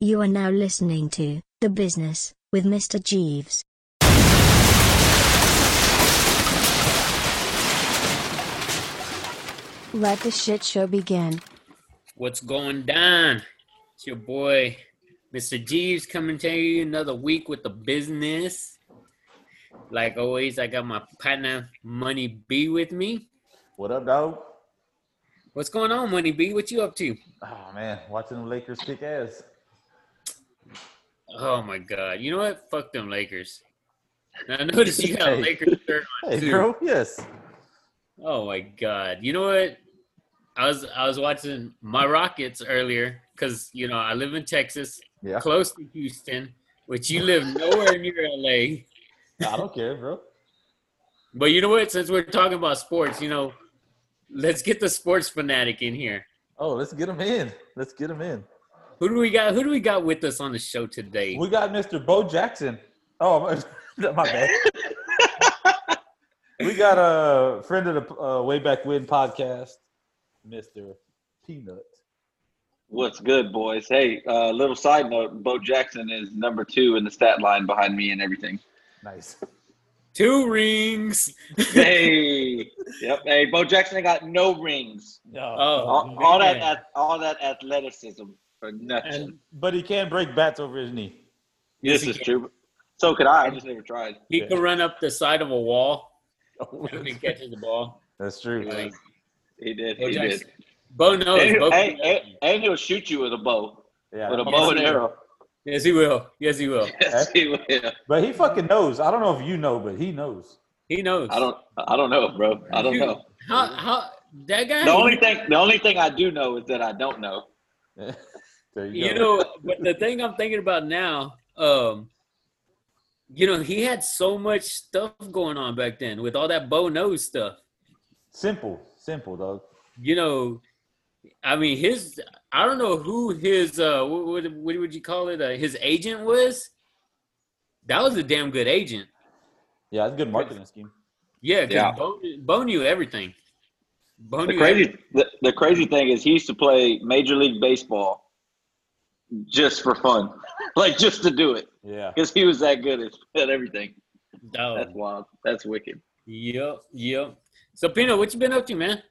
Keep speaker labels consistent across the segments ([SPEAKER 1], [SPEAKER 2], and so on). [SPEAKER 1] You are now listening to The Business with Mr. Jeeves.
[SPEAKER 2] Let the shit show begin.
[SPEAKER 3] What's going down? It's your boy, Mr. Jeeves, coming to you another week with the business. Like always, I got my partner, Money B, with me.
[SPEAKER 4] What up, dog?
[SPEAKER 3] What's going on, Money B? What you up to?
[SPEAKER 4] Oh man, watching the Lakers kick ass.
[SPEAKER 3] Oh my God! You know what? Fuck them Lakers. And I noticed you got a
[SPEAKER 4] Hey.
[SPEAKER 3] Lakers shirt on
[SPEAKER 4] Hey,
[SPEAKER 3] too.
[SPEAKER 4] bro. Yes.
[SPEAKER 3] Oh my God! You know what? I was I was watching my Rockets earlier because you know I live in Texas,
[SPEAKER 4] Yeah.
[SPEAKER 3] close to Houston, which you live nowhere near LA.
[SPEAKER 4] I don't care, bro.
[SPEAKER 3] But you know what? Since we're talking about sports, you know, let's get the sports fanatic in here.
[SPEAKER 4] Oh, let's get him in. Let's get him in.
[SPEAKER 3] Who do we got? Who do we got with us on the show today?
[SPEAKER 4] We got Mr. Bo Jackson. Oh, my, my bad. we got a friend of the uh, Way Back When podcast, Mr. Peanut.
[SPEAKER 5] What's good, boys? Hey, uh, little side note: Bo Jackson is number two in the stat line behind me and everything.
[SPEAKER 4] Nice.
[SPEAKER 5] Oh.
[SPEAKER 3] Two rings.
[SPEAKER 5] Hey, yep. Hey, Bo Jackson ain't got no rings.
[SPEAKER 3] Oh,
[SPEAKER 5] All, all that,
[SPEAKER 3] man.
[SPEAKER 5] ath- all that athleticism for nothing.
[SPEAKER 4] And, but he can break bats over his knee.
[SPEAKER 5] this
[SPEAKER 3] he
[SPEAKER 5] is
[SPEAKER 3] can.
[SPEAKER 5] true. So could I. I just never tried.
[SPEAKER 3] He could run up the side of a wall
[SPEAKER 4] Oh,
[SPEAKER 3] and he catches the ball.
[SPEAKER 4] That's true.
[SPEAKER 5] Yeah. He did.
[SPEAKER 3] Bo
[SPEAKER 5] He did.
[SPEAKER 3] Jackson. Bo knows.
[SPEAKER 5] And,
[SPEAKER 3] Bo
[SPEAKER 5] he'll-
[SPEAKER 3] can
[SPEAKER 5] and,
[SPEAKER 3] do
[SPEAKER 5] and- and he'll shoot you with a bow, with a
[SPEAKER 4] Yeah.
[SPEAKER 5] bow and
[SPEAKER 3] he will.
[SPEAKER 5] arrow.
[SPEAKER 3] that. Yes, he will. Yes, he will.
[SPEAKER 5] Yes, he will.
[SPEAKER 4] But he fucking knows. I don't know if you know, but he knows.
[SPEAKER 3] He knows.
[SPEAKER 5] I don't. I don't know, bro. I don't
[SPEAKER 3] Dude,
[SPEAKER 5] know.
[SPEAKER 3] How? How? That guy.
[SPEAKER 5] The only thing. The only thing I do know is that I don't know.
[SPEAKER 4] there you,
[SPEAKER 3] you
[SPEAKER 4] go.
[SPEAKER 3] know but the thing i'm thinking about now um you know he had so much stuff going on back then with all that bow nose stuff
[SPEAKER 4] simple, simple, dog.
[SPEAKER 3] you know i mean his i don't know who his uh what, what, what would you call it uh, his agent was that was a damn good agent
[SPEAKER 4] Yeah, it's a good marketing scheme.
[SPEAKER 3] yeah because
[SPEAKER 5] Yeah.
[SPEAKER 3] bo, bo knew everything bo
[SPEAKER 5] the
[SPEAKER 3] knew
[SPEAKER 5] crazy the, the crazy thing is he used to play major league baseball just for fun like just to do it
[SPEAKER 4] Yeah.
[SPEAKER 5] because he was that good at, at everything
[SPEAKER 3] everything. Oh,
[SPEAKER 5] that's wild that's wicked
[SPEAKER 3] yep yep so pino what you been up to man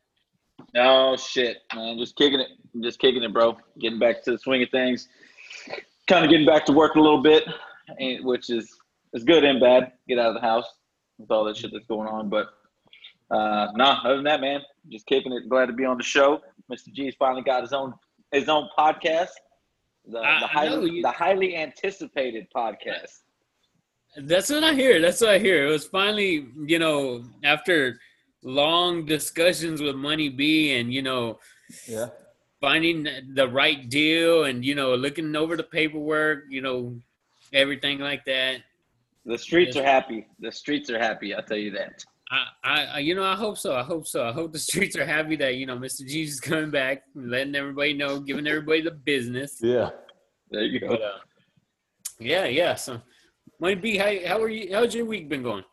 [SPEAKER 5] oh shit man just kicking it just kicking it bro getting back to the swing of things kind of getting back to work a little bit and, which is is good and bad get out of the house with all that shit that's going on but uh nah other than that man just kicking it glad to be on the show mr g's finally got his own his own podcast
[SPEAKER 3] I-
[SPEAKER 5] the, the,
[SPEAKER 3] I know
[SPEAKER 5] highly,
[SPEAKER 3] you-
[SPEAKER 5] the highly anticipated podcast
[SPEAKER 3] That's what I hear. That's what I hear. It was finally, you know, after long discussions with Money B and, you know,
[SPEAKER 4] Yeah.
[SPEAKER 3] finding the right deal and, you know, looking over the paperwork, you know, everything like that.
[SPEAKER 5] the streets
[SPEAKER 3] Yes.
[SPEAKER 5] are happy the streets are happy i'll tell you that
[SPEAKER 3] I, I, I- you know, I hope so. I hope so. I hope the streets are happy that, you know, Mr. G's is coming back, letting everybody know, giving everybody the business.
[SPEAKER 4] Yeah.
[SPEAKER 5] there you go
[SPEAKER 3] But, uh, yeah, yeah. So, Money B, how, how are you? How's your week been going?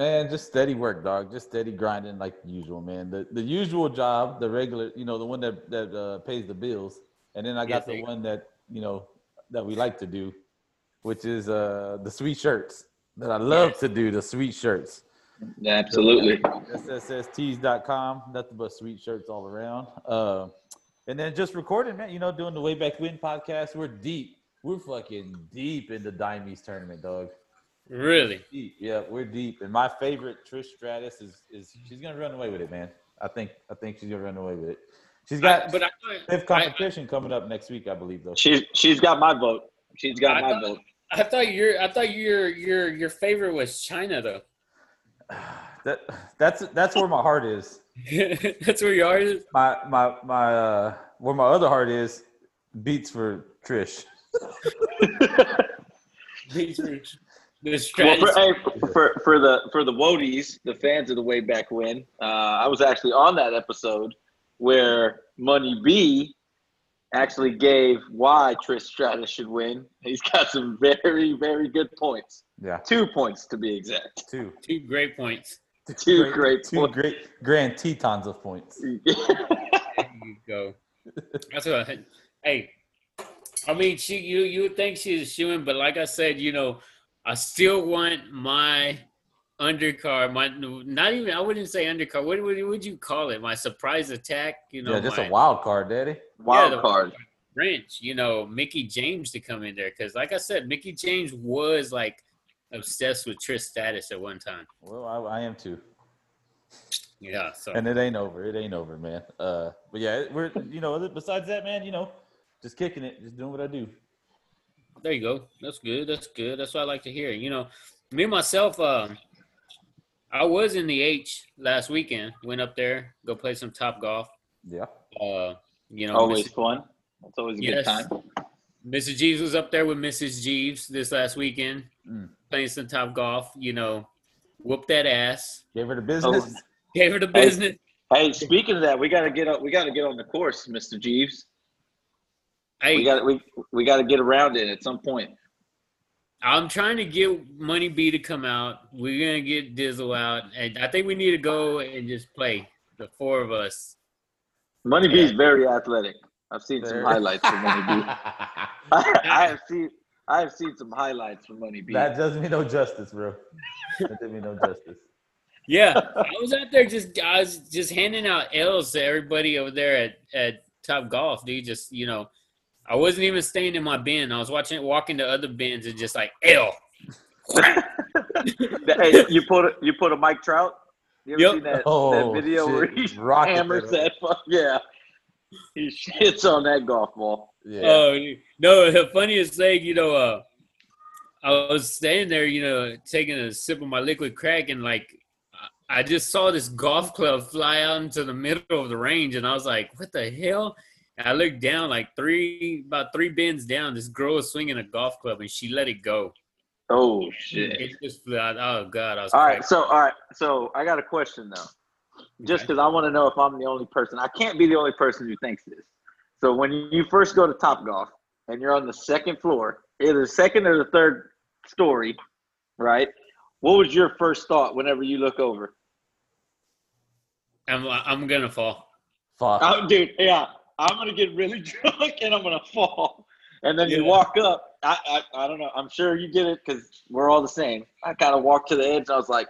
[SPEAKER 4] Man, just steady work, dog. Just steady grinding like usual, man. The the usual job, the regular, you know, the one that that uh, pays the bills, and then I
[SPEAKER 3] Yeah,
[SPEAKER 4] got
[SPEAKER 3] there
[SPEAKER 4] the
[SPEAKER 3] you
[SPEAKER 4] one that you know that we like to do, which is uh the sweet shirts that I love to do. The sweet shirts.
[SPEAKER 5] Yeah, absolutely
[SPEAKER 4] SSSTs.com. Nothing but sweet shirts all around. Uh, and then just recording, man. You know, doing the Way Back When podcast. We're deep. We're fucking deep in the Dimes tournament, dog.
[SPEAKER 3] Really?
[SPEAKER 4] Deep. Yeah, we're deep. And my favorite, Trish Stratus, is is she's gonna run away with it, man. I think I think she's gonna run away with it. She's got
[SPEAKER 3] but I, thought-
[SPEAKER 4] fifth
[SPEAKER 3] I-
[SPEAKER 4] competition coming up next week, I believe, though.
[SPEAKER 5] she's she's got my vote she's got
[SPEAKER 3] I
[SPEAKER 5] my
[SPEAKER 3] thought-
[SPEAKER 5] vote
[SPEAKER 3] I thought your I thought your your your favorite was China though.
[SPEAKER 4] That that's that's where my heart is.
[SPEAKER 3] That's where you are.
[SPEAKER 4] My my my uh, where my other heart is beats for Trish.
[SPEAKER 3] The
[SPEAKER 5] Well,
[SPEAKER 3] strategy.
[SPEAKER 5] for, hey, for for the for the Wodies, the fans of the way back when, uh, I was actually on that episode where Money B actually gave why Trish Stratus should win. He's got some very very good points.
[SPEAKER 4] Yeah,
[SPEAKER 5] Two points to be exact.
[SPEAKER 4] two.
[SPEAKER 3] Two great points.
[SPEAKER 5] Two great
[SPEAKER 4] two
[SPEAKER 5] points.
[SPEAKER 4] great grand tetons of points.
[SPEAKER 3] There you go. That's what. I, hey, I mean, she you you would think she's a shoe in, but like I said, you know, I still want my undercard, my not even I wouldn't say undercard. What would what would you call it? My surprise attack, you know,
[SPEAKER 4] yeah, just
[SPEAKER 3] my
[SPEAKER 4] a wild card, Daddy.
[SPEAKER 5] Wild
[SPEAKER 3] the-
[SPEAKER 5] card.
[SPEAKER 3] wrench, you know, Mickey James to come in there because, like I said, Mickey James was like obsessed with Trish status at one time.
[SPEAKER 4] Well, I, I am too.
[SPEAKER 3] Yeah, so
[SPEAKER 4] and it ain't over. It ain't over, man. Uh, but yeah, it- we're you know. other- Besides that, man, you know, just kicking it, just doing what I do.
[SPEAKER 3] there you go. That's good. That's good. That's what I like to hear. You know, me myself, uh, I was in the H last weekend. Went up there, go play some top golf.
[SPEAKER 4] Yeah,
[SPEAKER 3] Uh, you know,
[SPEAKER 5] Always fun. It's always a
[SPEAKER 3] Yes.
[SPEAKER 5] good time.
[SPEAKER 3] Mrs. Jeeves was up there with Mrs. Jeeves this last weekend,
[SPEAKER 4] Mm.
[SPEAKER 3] playing some top golf. You know, whoop that ass.
[SPEAKER 4] gave her the
[SPEAKER 5] Oh,
[SPEAKER 4] business.
[SPEAKER 3] Gave her the business.
[SPEAKER 5] Hey, speaking of that, we gotta get up. We gotta get on the course, Mister Jeeves.
[SPEAKER 3] Hey,
[SPEAKER 5] We got to we we gotta get around it at some point.
[SPEAKER 3] I'm trying to get Money B to come out. We're gonna get Dizzle out, and I think we need to go and just play the four of us.
[SPEAKER 5] Money B is very athletic. I've seen
[SPEAKER 4] Very.
[SPEAKER 5] some highlights from Money B. I, I have seen I have seen some highlights from Money B.
[SPEAKER 4] that doesn't mean no justice, bro. That doesn't mean no justice.
[SPEAKER 5] Uh,
[SPEAKER 3] Yeah, I was out there just I was just handing out L's to everybody over there at at Top Golf, dude. Just you know, I wasn't even staying in my bin. I was watching walking to other bins and just like L.
[SPEAKER 5] That- hey, you put a, you put a Mike Trout. You ever
[SPEAKER 3] Yep.
[SPEAKER 5] seen that,
[SPEAKER 4] Oh,
[SPEAKER 5] that video where
[SPEAKER 4] shit.
[SPEAKER 5] he
[SPEAKER 4] Rocket
[SPEAKER 5] hammers
[SPEAKER 4] that
[SPEAKER 5] that? fuck- Yeah, he shits on that golf ball.
[SPEAKER 4] Yeah,
[SPEAKER 3] Oh no! The funniest thing, you know, uh, I was standing there, you know, taking a sip of my liquid crack, and like, I- I just saw this golf club fly out into the middle of the range, and I was like, "What the hell?" And I looked down, like three, about three bins down, this girl was swinging a golf club, and she let it go.
[SPEAKER 5] Oh shit!
[SPEAKER 3] It just flew out. Oh god! I was
[SPEAKER 5] All
[SPEAKER 3] like,
[SPEAKER 5] right, so all right, so I got a question though, just because I want to know if I'm the only person. I can't be the only person who thinks this. So when you first go to Top Golf and you're on the second floor, either the second or the third story, right? What was your first thought whenever you look over?
[SPEAKER 3] "I'm, I'm gonna fall."
[SPEAKER 4] fuck.
[SPEAKER 5] Oh, dude, yeah, I'm gonna get really drunk and I'm gonna fall. And then you
[SPEAKER 3] Yeah.
[SPEAKER 5] walk up. I, I, I don't know. I'm sure you did it because we're all the same. I kind of walked to the edge. And I was like,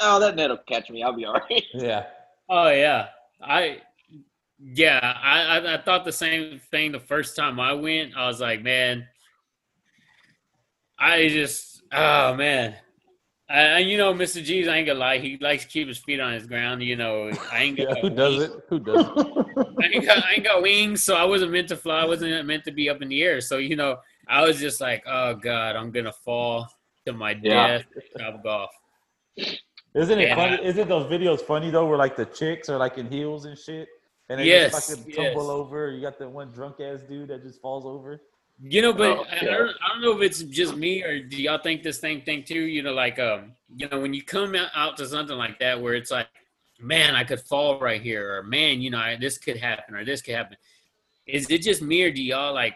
[SPEAKER 5] oh, that net'll catch me. I'll be all right.
[SPEAKER 4] yeah,
[SPEAKER 3] Oh yeah, I yeah, I, I I thought the same thing the first time I went. I was like, man, I just oh man, I, and you know, Mr. G's, I ain't gonna lie, he likes to keep his feet on his ground. You know, I ain't
[SPEAKER 4] yeah.
[SPEAKER 3] got
[SPEAKER 4] Who does
[SPEAKER 3] wings-
[SPEAKER 4] it? Who does it?
[SPEAKER 3] I ain't got, I ain't got wings, so I wasn't meant to fly. I wasn't meant to be up in the air. So you know, I was just like, oh god, I'm gonna fall to my
[SPEAKER 5] Yeah.
[SPEAKER 3] death. Top golf.
[SPEAKER 4] Isn't it
[SPEAKER 3] Yeah.
[SPEAKER 4] funny? Isn't those videos funny though? Where like the chicks are like in heels and shit, and they
[SPEAKER 3] Yes,
[SPEAKER 4] just fucking tumble
[SPEAKER 3] yes.
[SPEAKER 4] over. You got that one drunk ass dude that just falls over.
[SPEAKER 3] You know, but
[SPEAKER 5] Oh,
[SPEAKER 3] I, I,
[SPEAKER 5] yeah.
[SPEAKER 3] don't, I don't know if it's just me or do y'all think the same thing too? You know, like um, you know, when you come out, out to something like that where it's like, man, I could fall right here, or man, you know, I, this could happen, or this could happen. Is it just me or do y'all like?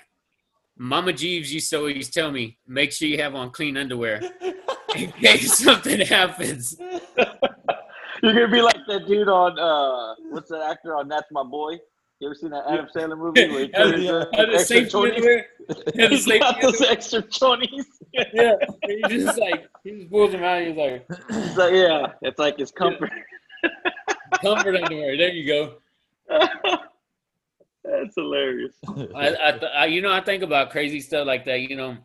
[SPEAKER 3] Mama Jeeves used to always tell me, make sure you have on clean underwear in case something happens.
[SPEAKER 5] You're gonna be like that dude on uh, what's that actor on That's My Boy? You ever seen that Adam Sandler movie? Where he
[SPEAKER 3] Have
[SPEAKER 5] carries
[SPEAKER 4] the-
[SPEAKER 5] the
[SPEAKER 3] Have the
[SPEAKER 5] extra
[SPEAKER 3] safety
[SPEAKER 5] chonies?
[SPEAKER 3] underwear. Have the
[SPEAKER 5] He's
[SPEAKER 3] safety
[SPEAKER 5] got those
[SPEAKER 3] underwear.
[SPEAKER 5] extra chonies.
[SPEAKER 3] Yeah, he just like he just pulls them out. He's like
[SPEAKER 5] So yeah, it's like his comfort.
[SPEAKER 3] comfort underwear. There you go.
[SPEAKER 5] That's hilarious.
[SPEAKER 3] I, I, th- I, you know, I think about crazy stuff like that. You know,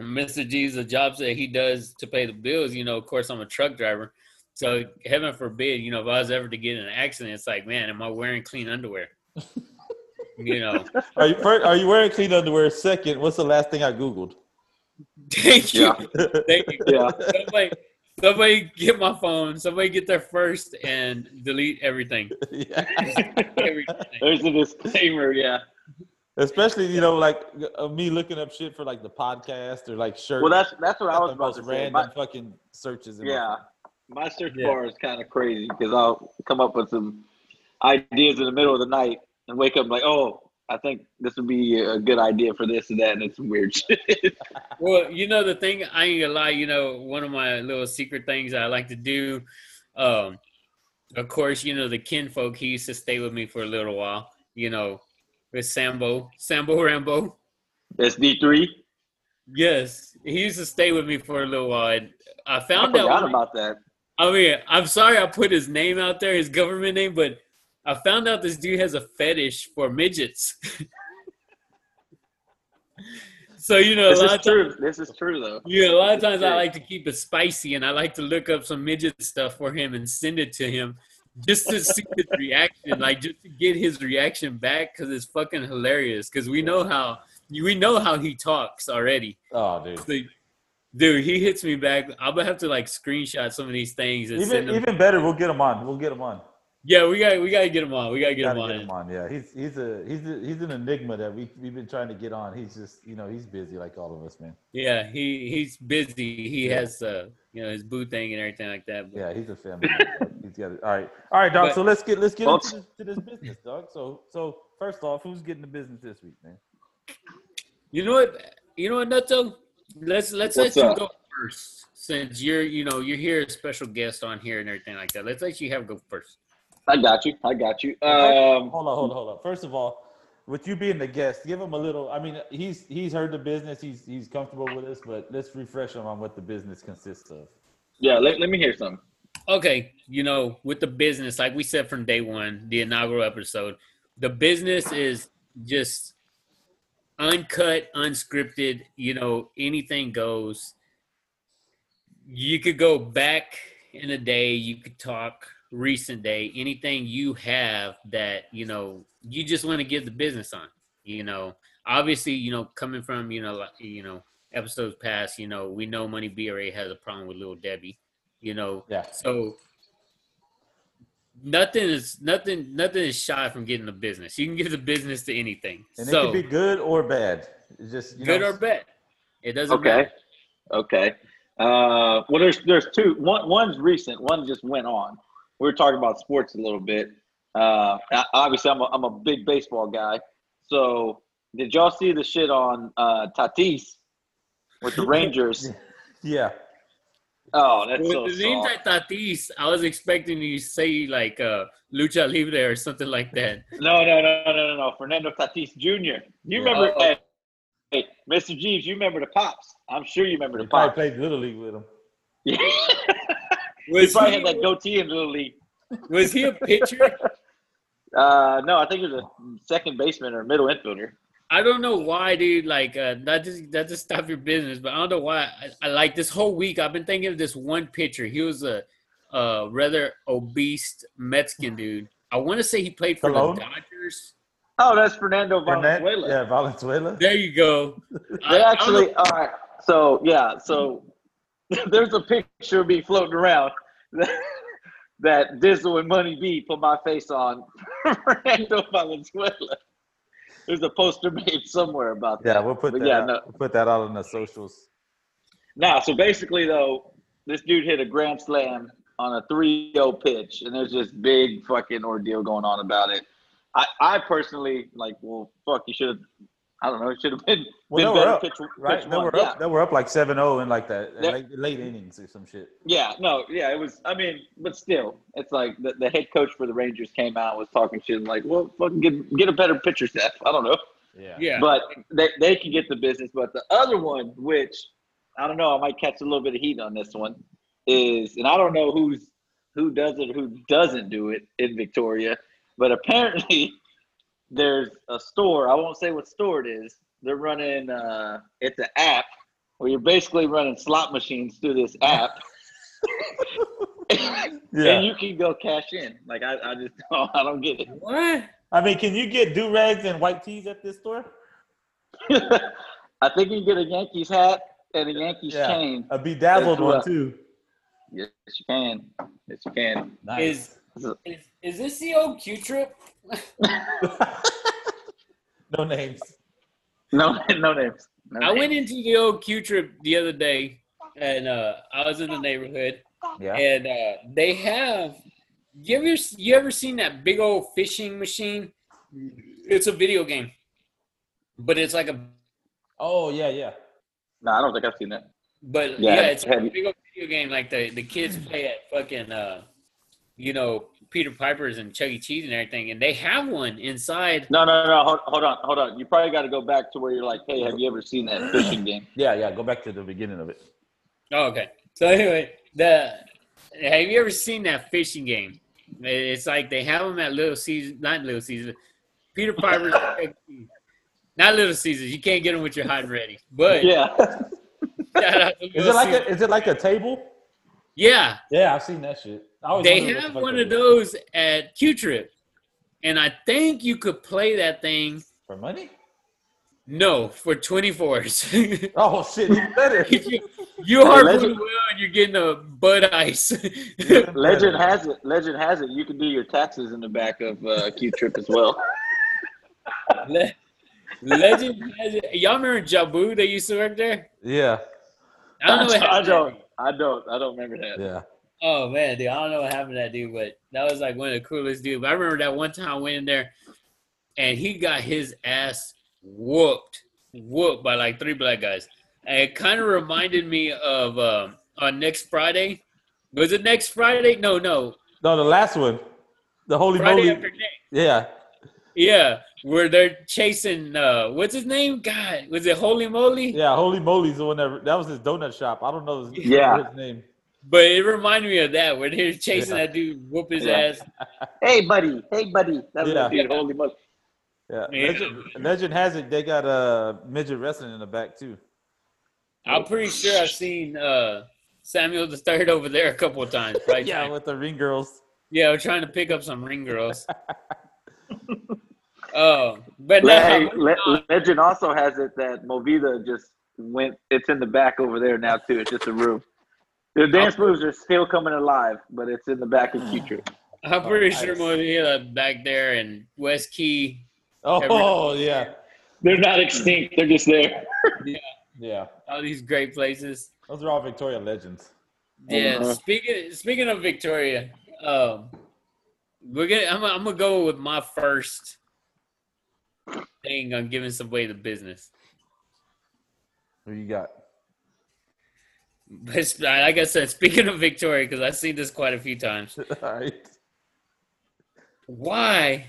[SPEAKER 3] Mr. G's the jobs that he does to pay the bills. You know, of course, I'm a truck driver, so heaven forbid, you know, if I was ever to get in an accident, it's like, man, am I wearing clean underwear? you know,
[SPEAKER 4] Are you first, are you wearing clean underwear? Second, what's the last thing I googled?
[SPEAKER 3] thank you,
[SPEAKER 5] Yeah.
[SPEAKER 3] thank you.
[SPEAKER 5] Yeah.
[SPEAKER 3] Somebody, somebody get my phone. Somebody get there first and delete everything.
[SPEAKER 4] yeah.
[SPEAKER 3] everything.
[SPEAKER 5] There's a disclaimer. Yeah.
[SPEAKER 4] Especially you know like uh, me looking up shit for like the podcast or like shirts.
[SPEAKER 5] Well, that's that's what I was
[SPEAKER 4] the
[SPEAKER 5] about
[SPEAKER 4] most
[SPEAKER 5] to say.
[SPEAKER 4] random
[SPEAKER 5] My,
[SPEAKER 4] fucking searches. In my
[SPEAKER 5] yeah, my search
[SPEAKER 3] Yeah.
[SPEAKER 5] bar is kind of crazy because I'll come up with some ideas in the middle of the night and wake up like, oh, I think this would be a good idea for this and that, and it's some weird shit.
[SPEAKER 3] Well, you know the thing I ain't gonna lie, you know, one of my little secret things I like to do, um, of course, you know, the kinfolk he used to stay with me for a little while, you know, with Sambo, Sambo Rambo.
[SPEAKER 5] SD three.
[SPEAKER 3] Yes, he used to stay with me for a little while. And I
[SPEAKER 5] I
[SPEAKER 3] found out.
[SPEAKER 5] forgot
[SPEAKER 3] one-
[SPEAKER 5] about that.
[SPEAKER 3] I mean, I'm sorry I put his name out there, his government name, but I found out this dude has a fetish for midgets. so you know, a
[SPEAKER 5] This
[SPEAKER 3] lot
[SPEAKER 5] is
[SPEAKER 3] of times,
[SPEAKER 5] true. This is true though.
[SPEAKER 3] yeah, a lot of
[SPEAKER 5] This is
[SPEAKER 3] times I
[SPEAKER 5] true.
[SPEAKER 3] like to keep it spicy, and I like to look up some midget stuff for him and send it to him just to see his reaction, like just to get his reaction back, because it's fucking hilarious. Because we know how we know how he talks already.
[SPEAKER 4] Oh, dude.
[SPEAKER 3] Like, dude, he hits me back. I'm gonna have to like screenshot some of these things and send
[SPEAKER 4] Even,
[SPEAKER 3] them.
[SPEAKER 4] even better, we'll get him on. We'll get him on.
[SPEAKER 3] Yeah, we got we gotta get him on. We gotta get him
[SPEAKER 4] Gotta
[SPEAKER 3] on.
[SPEAKER 4] get him on. Yeah, he's he's a he's a, he's an enigma that we we've been trying to get on. He's just you know he's busy like all of us, man.
[SPEAKER 3] Yeah, he he's busy. He has uh you know his boo thing and everything like that. But
[SPEAKER 4] Yeah, he's a family. man. he's got it. All right, all right, dog.
[SPEAKER 3] But-
[SPEAKER 4] so let's get let's get
[SPEAKER 5] Folks-
[SPEAKER 4] into this, to this business, dog. So so first off, who's getting the business this week, man?
[SPEAKER 3] you know what? You know what, Nuto? Let's let's
[SPEAKER 5] What's
[SPEAKER 3] let
[SPEAKER 5] up?
[SPEAKER 3] you go first since you're you know you're here as special guest on here and everything like that. Let's let you have go first.
[SPEAKER 5] I got you. I got you. Um,
[SPEAKER 4] hold on, hold on, hold on. First of all, with you being the guest, give him a little. I mean, he's he's heard the business. He's he's comfortable with us, but let's refresh him on what the business consists of.
[SPEAKER 5] yeah, let, let me hear something.
[SPEAKER 3] okay, you know, with the business, like we said from day one, the inaugural episode, the business is just uncut, unscripted, you know, anything goes. You could go back in a day, you could talk recent day, anything you have that, you know, you just want to give the business on, you know. Obviously, you know, coming from, you know, like, you know, episodes past, you know, we know Money B already has a problem with Little Debbie, you know.
[SPEAKER 4] Yeah.
[SPEAKER 3] So nothing is nothing nothing is shy from getting the business. You can give the business to anything.
[SPEAKER 4] And it
[SPEAKER 3] so
[SPEAKER 4] could be good or bad. It's just you
[SPEAKER 3] good
[SPEAKER 4] know,
[SPEAKER 3] or bad. It doesn't
[SPEAKER 5] Okay.
[SPEAKER 3] matter.
[SPEAKER 5] Okay. Uh, well, there's there's two. One one's recent. One just went on. We were talking about sports a little bit. Uh, o- obviously, I'm a, I'm a big baseball guy. So, did y'all see the shit on uh, Tatis with the Rangers?
[SPEAKER 4] yeah.
[SPEAKER 5] Oh, that's
[SPEAKER 3] With
[SPEAKER 5] so
[SPEAKER 3] the name
[SPEAKER 5] soft.
[SPEAKER 3] that Tatis, I was expecting you to say like uh, Lucha Libre or something like that.
[SPEAKER 5] No, no, no, no, no, no. Fernando Tatis Jr. You remember?
[SPEAKER 3] Oh.
[SPEAKER 5] Hey, Mr. Jeeves, you remember the pops? I'm sure you remember
[SPEAKER 4] He
[SPEAKER 5] the
[SPEAKER 4] probably
[SPEAKER 5] pops.
[SPEAKER 4] played little league with him.
[SPEAKER 5] he
[SPEAKER 3] Was
[SPEAKER 5] probably
[SPEAKER 3] he,
[SPEAKER 5] had that goatee in little league.
[SPEAKER 3] was he a pitcher?
[SPEAKER 5] Uh, no, I think he was a second baseman or middle infielder.
[SPEAKER 3] I don't know why, dude. Like, uh, not just not to stop your business, but I don't know why. I, I like this whole week. I've been thinking of this one pitcher. He was a, uh rather obese Mexican dude. I want to say he played for
[SPEAKER 4] Colon?
[SPEAKER 3] the Dodgers.
[SPEAKER 5] Oh, that's Fernando
[SPEAKER 4] Fernan-
[SPEAKER 5] Valenzuela.
[SPEAKER 4] Yeah, Valenzuela.
[SPEAKER 3] There you go. I- I
[SPEAKER 5] They
[SPEAKER 3] don't
[SPEAKER 5] actually,
[SPEAKER 3] know-
[SPEAKER 5] all right. So yeah, so there's a picture of me floating around that, that Dizzle and Money B put my face on Fernando Valenzuela. There's a poster made somewhere about that.
[SPEAKER 4] Yeah, we'll put
[SPEAKER 5] But
[SPEAKER 4] that.
[SPEAKER 5] yeah,
[SPEAKER 4] out.
[SPEAKER 5] no.
[SPEAKER 4] We'll put that out on the socials.
[SPEAKER 5] Nah, so basically though, this dude hit a grand slam on a 3-0 pitch, and there's this big fucking ordeal going on about it. I, I personally like, well, fuck, you should have. I don't know, it should have been
[SPEAKER 4] Well,
[SPEAKER 5] been
[SPEAKER 4] they were
[SPEAKER 5] better
[SPEAKER 4] up,
[SPEAKER 5] pitch,
[SPEAKER 4] Right?
[SPEAKER 5] pitch
[SPEAKER 4] They
[SPEAKER 5] one.
[SPEAKER 4] were
[SPEAKER 5] yeah.
[SPEAKER 4] up. They were up like 7-0 in like that
[SPEAKER 5] They're-
[SPEAKER 4] late, late innings or some shit.
[SPEAKER 5] Yeah, no, yeah, it was. I mean, but still, it's like the, the head coach for the Rangers came out was talking shit and like, well, fucking get get a better pitcher staff. I don't know,
[SPEAKER 4] Yeah.
[SPEAKER 3] yeah.
[SPEAKER 5] but they they can get the business. But the other one, which I don't know, I might catch a little bit of heat on this one, is and I don't know who's who does it, who doesn't do it in Victoria, but apparently there's a store. I won't say what store it is. They're running. Uh, it's an app where you're basically running slot machines through this app.
[SPEAKER 4] Yeah.
[SPEAKER 5] And you can go cash in. Like I, I just don't, I don't get
[SPEAKER 3] what?
[SPEAKER 4] I mean, can you get do rags and white tees at this store?
[SPEAKER 5] it. I think you can get a Yankees hat and a Yankees
[SPEAKER 4] Yeah.
[SPEAKER 5] chain.
[SPEAKER 4] A bedazzled
[SPEAKER 5] That's what-
[SPEAKER 4] one too.
[SPEAKER 5] Yes, you can. Yes, you can.
[SPEAKER 3] Is- Is, is this the old Q trip?
[SPEAKER 4] no names.
[SPEAKER 5] No, no names. No
[SPEAKER 3] I went
[SPEAKER 5] names.
[SPEAKER 3] into the old Q trip the other day, and uh, I was in the neighborhood,
[SPEAKER 4] Yeah.
[SPEAKER 3] and uh, they have you ever you ever seen that big old fishing machine it's a video game but it's like a
[SPEAKER 4] Oh yeah, yeah.
[SPEAKER 5] No, I don't think I've seen that.
[SPEAKER 3] but yeah,
[SPEAKER 5] Yeah,
[SPEAKER 3] it's like a
[SPEAKER 5] heavy.
[SPEAKER 3] big old video game like the the kids play at fucking uh you know, Peter Piper's and Chuck E. Cheese and everything, and they have one inside.
[SPEAKER 5] No, no, no. Hold, hold on, hold on. You probably got to go back to where you're like, hey, have you ever seen that fishing game?
[SPEAKER 4] Yeah, yeah. Go back to the beginning of it.
[SPEAKER 3] Oh, okay. So anyway, the have you ever seen that fishing game? It's like they have them at Little Caesars, not Little Caesars, Peter Piper's, not Little Caesars. You can't get them with your hot and ready. But
[SPEAKER 5] Yeah.
[SPEAKER 3] shout out to
[SPEAKER 4] Is
[SPEAKER 3] Little
[SPEAKER 4] it like
[SPEAKER 3] Caesars.
[SPEAKER 4] a, is it like a table?
[SPEAKER 3] yeah,
[SPEAKER 4] Yeah, I've seen that shit. I always
[SPEAKER 3] they
[SPEAKER 4] wondered what the
[SPEAKER 3] have
[SPEAKER 4] fuck
[SPEAKER 3] one
[SPEAKER 4] that
[SPEAKER 3] of
[SPEAKER 4] is.
[SPEAKER 3] those at Q Trip, and I think you could play that thing.
[SPEAKER 4] for money.
[SPEAKER 3] No, for twenty fours.
[SPEAKER 4] Oh shit, even better.
[SPEAKER 3] you, you are
[SPEAKER 5] Legend-
[SPEAKER 3] really well, and you're getting a Bud Ice.
[SPEAKER 5] Legend has it. Legend has it. You can do your taxes in the back of uh, Q Trip as well.
[SPEAKER 3] Le- Legend has it. Y'all remember Jabu that used to work there?
[SPEAKER 4] yeah,
[SPEAKER 3] I don't know what
[SPEAKER 5] I
[SPEAKER 3] happened. to that
[SPEAKER 5] don't. I don't. I don't remember that.
[SPEAKER 4] yeah.
[SPEAKER 3] dude. Oh man, dude, I don't know what happened to that dude, but that was like one of the coolest dudes. But I remember that one time I went in there, and he got his ass whooped, whooped by like three black guys. And it kind of reminded me of um, on next Friday. Was it next Friday? No, no,
[SPEAKER 4] No, the last one, the holy
[SPEAKER 3] Friday
[SPEAKER 4] moly.
[SPEAKER 3] after next.
[SPEAKER 4] Yeah,
[SPEAKER 3] Yeah, where they're chasing. uh What's his name? God, was it Holy Moly?
[SPEAKER 4] yeah. Holy moly's the one that that was his donut shop. I don't know his,
[SPEAKER 5] Yeah.
[SPEAKER 4] his name.
[SPEAKER 3] But it reminded me of that where they're chasing
[SPEAKER 4] Yeah.
[SPEAKER 3] that dude, whoop his
[SPEAKER 5] Yeah.
[SPEAKER 3] ass.
[SPEAKER 5] Hey, buddy. Hey, buddy. That was
[SPEAKER 4] Yeah.
[SPEAKER 5] dude. Holy moly.
[SPEAKER 4] Yeah.
[SPEAKER 3] Yeah.
[SPEAKER 4] Legend, legend has it they got a uh, midget wrestling in the back too.
[SPEAKER 3] I'm pretty sure I've seen uh Samuel the Third over there a couple of times. Right?
[SPEAKER 4] Yeah, with the ring girls.
[SPEAKER 3] yeah. We're trying to pick up some ring girls. Oh, but
[SPEAKER 5] Le-
[SPEAKER 3] now,
[SPEAKER 5] hey, Le- Legend also has it that Movida just went. It's in the back over there now too. It's just a room. The dance moves are still coming alive, but it's in the back of Q Trip.
[SPEAKER 3] I'm pretty
[SPEAKER 4] Oh,
[SPEAKER 3] sure
[SPEAKER 4] nice.
[SPEAKER 3] Molia back there and West Key.
[SPEAKER 4] Oh yeah,
[SPEAKER 5] They're not extinct. They're just there.
[SPEAKER 4] yeah.
[SPEAKER 3] All these great places.
[SPEAKER 4] Those are all Victoria legends.
[SPEAKER 3] Yeah.
[SPEAKER 5] Uh-huh.
[SPEAKER 3] Speaking speaking of Victoria, um, we're gonna I'm, gonna- I'm gonna go with my first thing on giving somebody the business.
[SPEAKER 4] Who you got?
[SPEAKER 3] But it's- like I said, speaking of Victoria, because I've seen this quite a few times.
[SPEAKER 4] all right.
[SPEAKER 3] Why,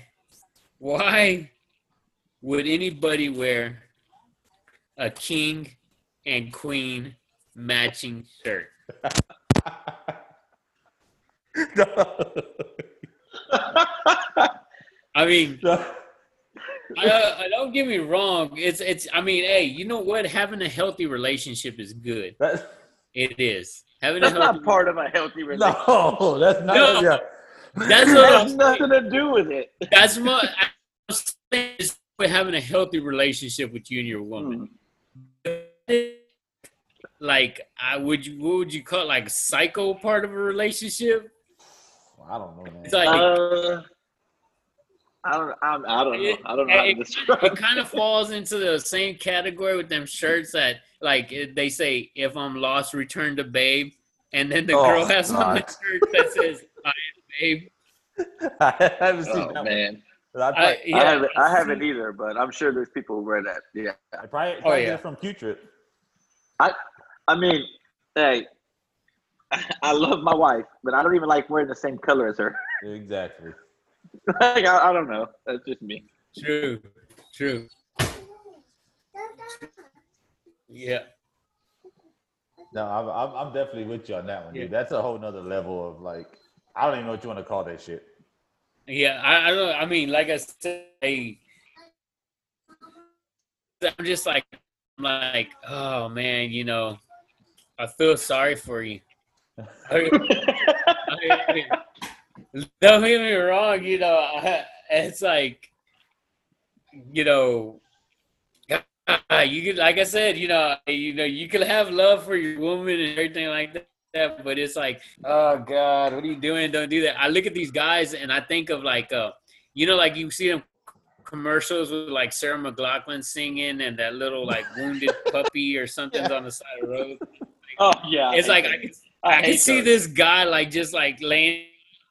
[SPEAKER 3] why would anybody wear a king and queen matching shirt? I mean, I, I don't get me wrong. It's it's. I mean, hey, you know what? Having a healthy relationship is good.
[SPEAKER 4] That-
[SPEAKER 3] It is having
[SPEAKER 5] That's
[SPEAKER 3] a healthy.
[SPEAKER 5] not part of a healthy relationship.
[SPEAKER 4] no, that's
[SPEAKER 3] No.
[SPEAKER 4] not. Yeah.
[SPEAKER 3] that's
[SPEAKER 5] That
[SPEAKER 3] what I'm
[SPEAKER 5] has
[SPEAKER 3] saying.
[SPEAKER 5] nothing to do with it.
[SPEAKER 3] That's what I'm saying. Is with having a healthy relationship with you and your woman.
[SPEAKER 5] Hmm.
[SPEAKER 3] Like, I would you? What would you call it? like psycho part of a relationship?
[SPEAKER 4] I don't know, man.
[SPEAKER 3] It's like
[SPEAKER 5] Uh, I don't. I'm, I don't know. I don't know how to
[SPEAKER 3] It-
[SPEAKER 5] describe.
[SPEAKER 3] it kind of falls into the same category with them shirts that like it- they say if i'm lost return to babe and then the
[SPEAKER 4] Oh,
[SPEAKER 3] girl has on the
[SPEAKER 4] God.
[SPEAKER 3] shirt that says i am babe
[SPEAKER 4] I haven't seen
[SPEAKER 5] Oh
[SPEAKER 4] that
[SPEAKER 5] man,
[SPEAKER 4] one. I
[SPEAKER 3] I,
[SPEAKER 4] probably,
[SPEAKER 3] yeah,
[SPEAKER 5] I haven't. I
[SPEAKER 3] I've
[SPEAKER 5] haven't
[SPEAKER 3] seen-
[SPEAKER 5] either. But I'm sure there's people who wear that. Yeah.
[SPEAKER 4] I probably, probably
[SPEAKER 3] oh, yeah.
[SPEAKER 4] get it from Q-Trip.
[SPEAKER 5] I mean, hey, I love my wife, but I don't even like wearing the same color as her.
[SPEAKER 4] Exactly.
[SPEAKER 5] like I, I don't know. That's just me.
[SPEAKER 3] true true yeah
[SPEAKER 4] No, I'm, I'm, I'm definitely with you on that one, dude. That's a whole nother level of like, I don't even know what you want to call that shit.
[SPEAKER 3] yeah i, I don't i mean like i said I, i'm just like I'm like oh man you know i feel sorry for you I mean, don't get me wrong, you know, I, it's like, you know, God, you could, like I said, you know, you know, you could have love for your woman and everything like that, but it's like, oh God, what are you doing? Don't do that. I look at these guys and I think of like, uh, you know, like you see them commercials with like Sarah McLaughlin singing and that little like wounded puppy or something's on the side of the road.
[SPEAKER 5] Oh yeah.
[SPEAKER 3] It's like I can I can see this guy like just like laying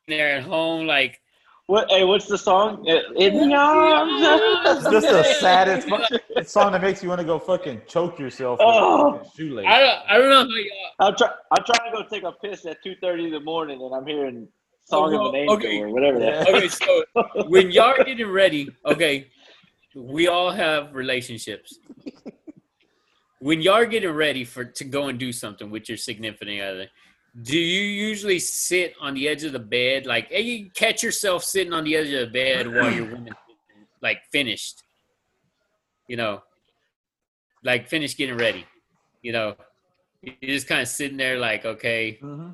[SPEAKER 3] there at home, like
[SPEAKER 5] What? Hey, what's the song? In the arms.
[SPEAKER 4] It's just the saddest fucking song that makes you want to go fucking choke yourself with
[SPEAKER 5] Oh.
[SPEAKER 4] fucking shoelace.
[SPEAKER 3] I don't I don't know how y'all
[SPEAKER 5] I'm, try- I'm trying to go take a piss at 2.30 in the morning and I'm hearing song
[SPEAKER 3] well,
[SPEAKER 5] of an angel
[SPEAKER 3] okay.
[SPEAKER 5] or whatever.
[SPEAKER 4] Yeah.
[SPEAKER 5] That.
[SPEAKER 3] Okay, so when y'all are getting ready, okay, we all have relationships. When y'all are getting ready for to go and do something with your significant other, do you usually sit on the edge of the bed, like and you catch yourself sitting on the edge of the bed while you're women, like finished, you know, like finished getting ready, you know, you're just kind of sitting there, like, okay,
[SPEAKER 4] Mm-hmm.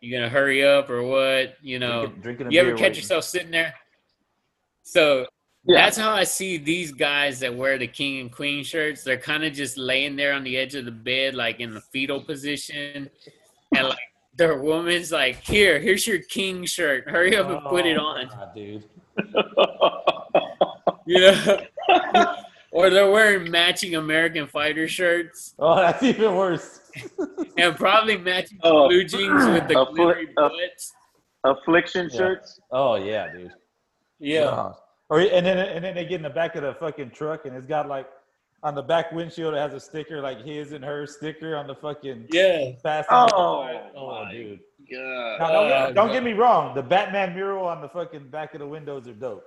[SPEAKER 3] you gonna hurry up or what, you know?
[SPEAKER 4] drinking, drinking a
[SPEAKER 3] You ever
[SPEAKER 4] beer
[SPEAKER 3] catch
[SPEAKER 4] waiting.
[SPEAKER 3] yourself sitting there? So
[SPEAKER 5] Yeah.
[SPEAKER 3] that's how I see these guys that wear the king and queen shirts. They're kind of just laying there on the edge of the bed, like in the fetal position, and like their woman's like, "Here, here's your king shirt. Hurry up and put it
[SPEAKER 4] Oh,
[SPEAKER 3] on,"
[SPEAKER 4] God, dude.
[SPEAKER 5] Oh.
[SPEAKER 3] you know. or they're wearing matching American fighter shirts
[SPEAKER 4] Oh, that's even worse.
[SPEAKER 3] and probably matching
[SPEAKER 5] Oh.
[SPEAKER 3] blue jeans with the
[SPEAKER 5] A fl-
[SPEAKER 3] glittery
[SPEAKER 5] a-
[SPEAKER 3] butts.
[SPEAKER 5] Affliction
[SPEAKER 4] Yeah.
[SPEAKER 5] shirts.
[SPEAKER 4] Oh yeah, dude.
[SPEAKER 3] Yeah,
[SPEAKER 4] God. Or and then and then they get in the back of the fucking truck and it's got like on the back windshield it has a sticker like his and her sticker on the fucking
[SPEAKER 3] yeah.
[SPEAKER 4] fast.
[SPEAKER 5] Oh,
[SPEAKER 4] oh
[SPEAKER 5] my
[SPEAKER 4] dude. Now,
[SPEAKER 5] God.
[SPEAKER 4] don't,
[SPEAKER 3] God.
[SPEAKER 4] get, don't get me wrong. The Batman mural on the fucking back of the windows are dope.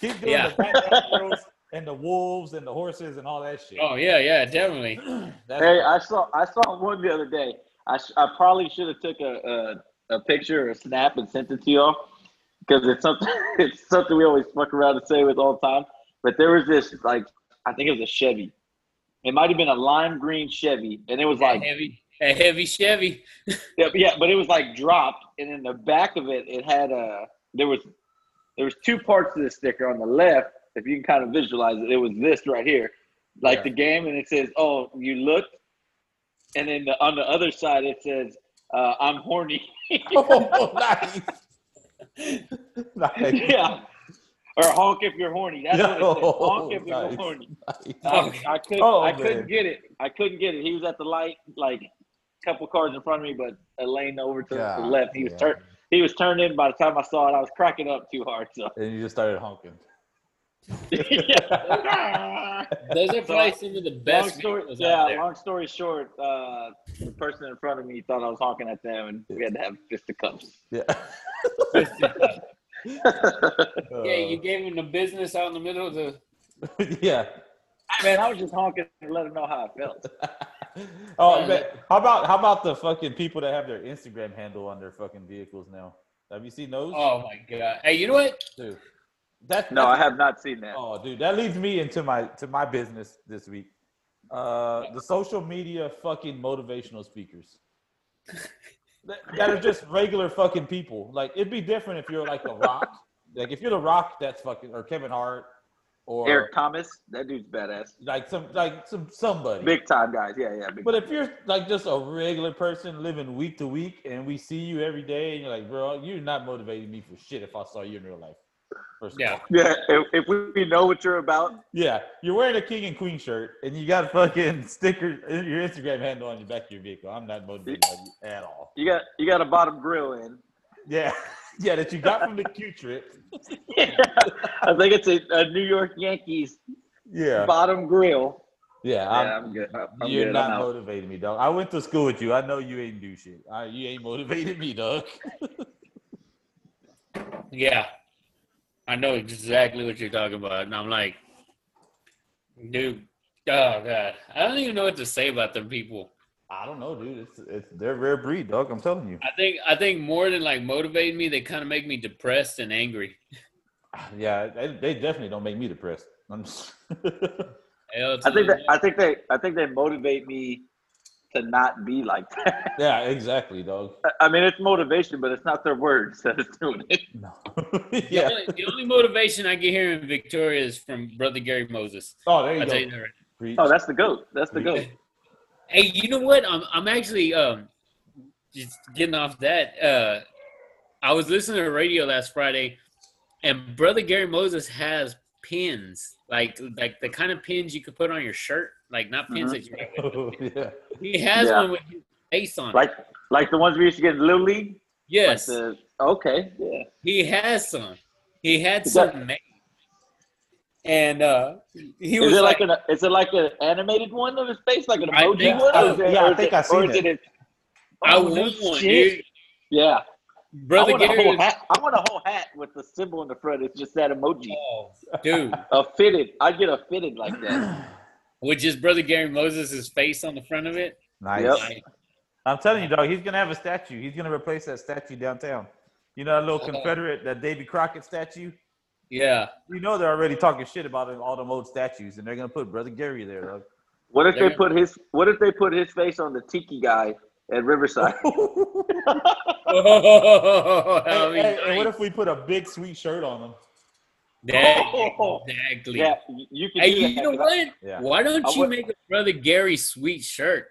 [SPEAKER 4] Keep doing
[SPEAKER 3] Yeah.
[SPEAKER 4] the Batman murals and the wolves and the horses and all that shit.
[SPEAKER 3] Oh yeah, yeah, definitely.
[SPEAKER 4] That's
[SPEAKER 5] Hey, I saw I saw one the other day. I, sh- I probably should have took a, a a picture or a snap and sent it to y'all because it's something it's something we always fuck around and say with all the time. But there was this like I think it was a Chevy. It might have been a lime green Chevy, and it was
[SPEAKER 3] A
[SPEAKER 5] like
[SPEAKER 3] heavy, a heavy Chevy.
[SPEAKER 5] yeah, but- yeah, but it was like dropped, and in the back of it, it had a there was there was two parts to the sticker on the left. If you can kind of visualize it, it was this right here, like
[SPEAKER 4] Yeah.
[SPEAKER 5] the game, and it says, "Oh, you looked," and then the, on the other side it says, uh, "I'm horny."
[SPEAKER 4] oh, nice. nice.
[SPEAKER 5] yeah, or honk if you're horny. That's what it said. Honk if
[SPEAKER 4] Oh, Nice.
[SPEAKER 5] you're horny.
[SPEAKER 3] Oh,
[SPEAKER 5] I couldn't.
[SPEAKER 4] Oh,
[SPEAKER 5] I
[SPEAKER 4] man.
[SPEAKER 5] couldn't get it. I couldn't get it. He was at the light, like a couple cars in front of me, but a lane over to the
[SPEAKER 4] God
[SPEAKER 5] left. He was
[SPEAKER 4] damn.
[SPEAKER 5] turned. He was turned in. By the time I saw it, I was cracking up too hard. So.
[SPEAKER 4] And you just started honking.
[SPEAKER 5] yeah.
[SPEAKER 3] Those are probably some of the
[SPEAKER 5] long
[SPEAKER 3] best
[SPEAKER 5] story.
[SPEAKER 3] videos out
[SPEAKER 5] Yeah.
[SPEAKER 3] there.
[SPEAKER 5] Long story short, uh, the person in front of me thought I was honking at them, and we had to have fisticuffs.
[SPEAKER 4] Yeah.
[SPEAKER 3] Yeah, you gave him the business out in the middle of the.
[SPEAKER 4] yeah.
[SPEAKER 5] Man, I was just honking to let them know how I felt.
[SPEAKER 4] Oh, man. how about how about the fucking people that have their Instagram handle on their fucking vehicles now? Have you seen those?
[SPEAKER 3] Oh my god! Hey, you know what?
[SPEAKER 4] dude, that's
[SPEAKER 5] No, I have not seen that.
[SPEAKER 4] Oh, dude, that leads me into my to my business this week. Uh, the social media fucking motivational speakers that, that are just regular fucking people. Like it'd be different if you're like the Rock. Like if you're the Rock, that's fucking or Kevin Hart or
[SPEAKER 5] Eric Thomas, that dude's badass.
[SPEAKER 4] like some like some somebody.
[SPEAKER 5] Big time guys. Yeah, yeah. Big
[SPEAKER 4] But if you're like just a regular person living week to week, and we see you every day, and you're like, bro, you're not motivating me for shit. If I saw you in real life, first of
[SPEAKER 3] Yeah.
[SPEAKER 4] all.
[SPEAKER 5] Yeah, if, if we- we know what you're about,
[SPEAKER 4] Yeah, you're wearing a king and queen shirt, and you got fucking sticker your Instagram handle on your back of your vehicle. I'm not motivated by you at all.
[SPEAKER 5] you got you got a bottom grill in.
[SPEAKER 4] Yeah, yeah, that you got from the Q trip.
[SPEAKER 5] I think it's a, a New York Yankees
[SPEAKER 4] Yeah,
[SPEAKER 5] bottom grill.
[SPEAKER 4] yeah.
[SPEAKER 5] Yeah,
[SPEAKER 4] I'm,
[SPEAKER 5] I'm good. I'm- I'm
[SPEAKER 4] you're
[SPEAKER 5] good.
[SPEAKER 4] not
[SPEAKER 5] I'm out.
[SPEAKER 4] motivating me, dog. I went to school with you. I know you ain't do shit. I, you ain't motivated me, dog.
[SPEAKER 3] Yeah, I know exactly what you're talking about, and I'm like, dude, oh god, I don't even know what to say about them people.
[SPEAKER 4] I don't know, dude. It's it's they're a rare breed, dog. I'm telling you.
[SPEAKER 3] I think I think more than like motivating me, they kind of make me depressed and angry.
[SPEAKER 4] Yeah, they, they definitely don't make me depressed. I'm just-
[SPEAKER 3] Hell to
[SPEAKER 5] I think
[SPEAKER 3] the
[SPEAKER 5] that I think they I think they motivate me to not be like that.
[SPEAKER 4] yeah, exactly, dog.
[SPEAKER 5] I mean, it's motivation, but it's not their words that is doing it.
[SPEAKER 4] No.
[SPEAKER 3] The
[SPEAKER 4] yeah.
[SPEAKER 3] only- the only motivation I get here in Victoria is from Brother Gary Moses.
[SPEAKER 4] Oh, there
[SPEAKER 3] I
[SPEAKER 4] you
[SPEAKER 3] tell
[SPEAKER 4] go.
[SPEAKER 3] you that right
[SPEAKER 4] Preach.
[SPEAKER 5] Oh, that's the goat. That's the goat.
[SPEAKER 3] Hey, you know what? I'm I'm actually um just getting off that. Uh I was listening to the radio last Friday and brother Gary Moses has pins. Like like the kind of pins you could put on your shirt. Like not pins that you write
[SPEAKER 5] Mm-hmm.
[SPEAKER 3] with.
[SPEAKER 4] yeah.
[SPEAKER 3] He has
[SPEAKER 5] Yeah.
[SPEAKER 3] one with his face on it.
[SPEAKER 5] Like like the ones we used to get in Little League. Like
[SPEAKER 3] yes.
[SPEAKER 5] the- okay. Yeah.
[SPEAKER 3] he has some. He had
[SPEAKER 5] Is that-
[SPEAKER 3] some made. And uh he
[SPEAKER 5] Is
[SPEAKER 3] was
[SPEAKER 5] it like,
[SPEAKER 3] like,
[SPEAKER 5] an is it like an animated one of his face, like an
[SPEAKER 3] I
[SPEAKER 5] emoji
[SPEAKER 3] think
[SPEAKER 5] one?
[SPEAKER 4] so.
[SPEAKER 5] Or is it-
[SPEAKER 4] Yeah, I
[SPEAKER 5] or is
[SPEAKER 4] think
[SPEAKER 5] it-
[SPEAKER 4] I seen
[SPEAKER 5] or is
[SPEAKER 4] it.
[SPEAKER 5] it-
[SPEAKER 3] I
[SPEAKER 5] Oh,
[SPEAKER 3] want
[SPEAKER 5] no
[SPEAKER 3] one,
[SPEAKER 5] shit.
[SPEAKER 3] dude.
[SPEAKER 5] Yeah. I
[SPEAKER 3] Brother
[SPEAKER 5] want, a
[SPEAKER 3] Gary.
[SPEAKER 5] whole hat. I want a whole hat with the symbol in the front. It's just that emoji.
[SPEAKER 3] Oh, dude,
[SPEAKER 5] A fitted. I'd get a fitted like that.
[SPEAKER 3] with just Brother Gary Moses' face on the front of it.
[SPEAKER 4] Nice.
[SPEAKER 5] Yep.
[SPEAKER 3] Like,
[SPEAKER 4] I'm telling you, dog, he's gonna have a statue. He's gonna replace that statue downtown. You know that little Confederate, that Davy Crockett statue.
[SPEAKER 3] yeah.
[SPEAKER 4] You know they're already talking shit about it, all them old statues, and they're gonna put Brother Gary there, dog.
[SPEAKER 5] What if they
[SPEAKER 3] Yeah.
[SPEAKER 5] put his What if they put his face on the tiki guy at Riverside?
[SPEAKER 3] Oh,
[SPEAKER 4] Hey,
[SPEAKER 3] that'd be
[SPEAKER 4] hey, and what
[SPEAKER 3] nice.
[SPEAKER 4] if we put a big sweet shirt on him?
[SPEAKER 3] That- exactly.
[SPEAKER 5] Oh, yeah, you- you can.
[SPEAKER 3] Hey,
[SPEAKER 5] do
[SPEAKER 3] you
[SPEAKER 5] that,
[SPEAKER 3] know
[SPEAKER 5] but
[SPEAKER 3] what?
[SPEAKER 4] Yeah.
[SPEAKER 3] Why don't
[SPEAKER 5] I
[SPEAKER 3] you
[SPEAKER 5] would-
[SPEAKER 3] make a Brother Gary sweet shirt?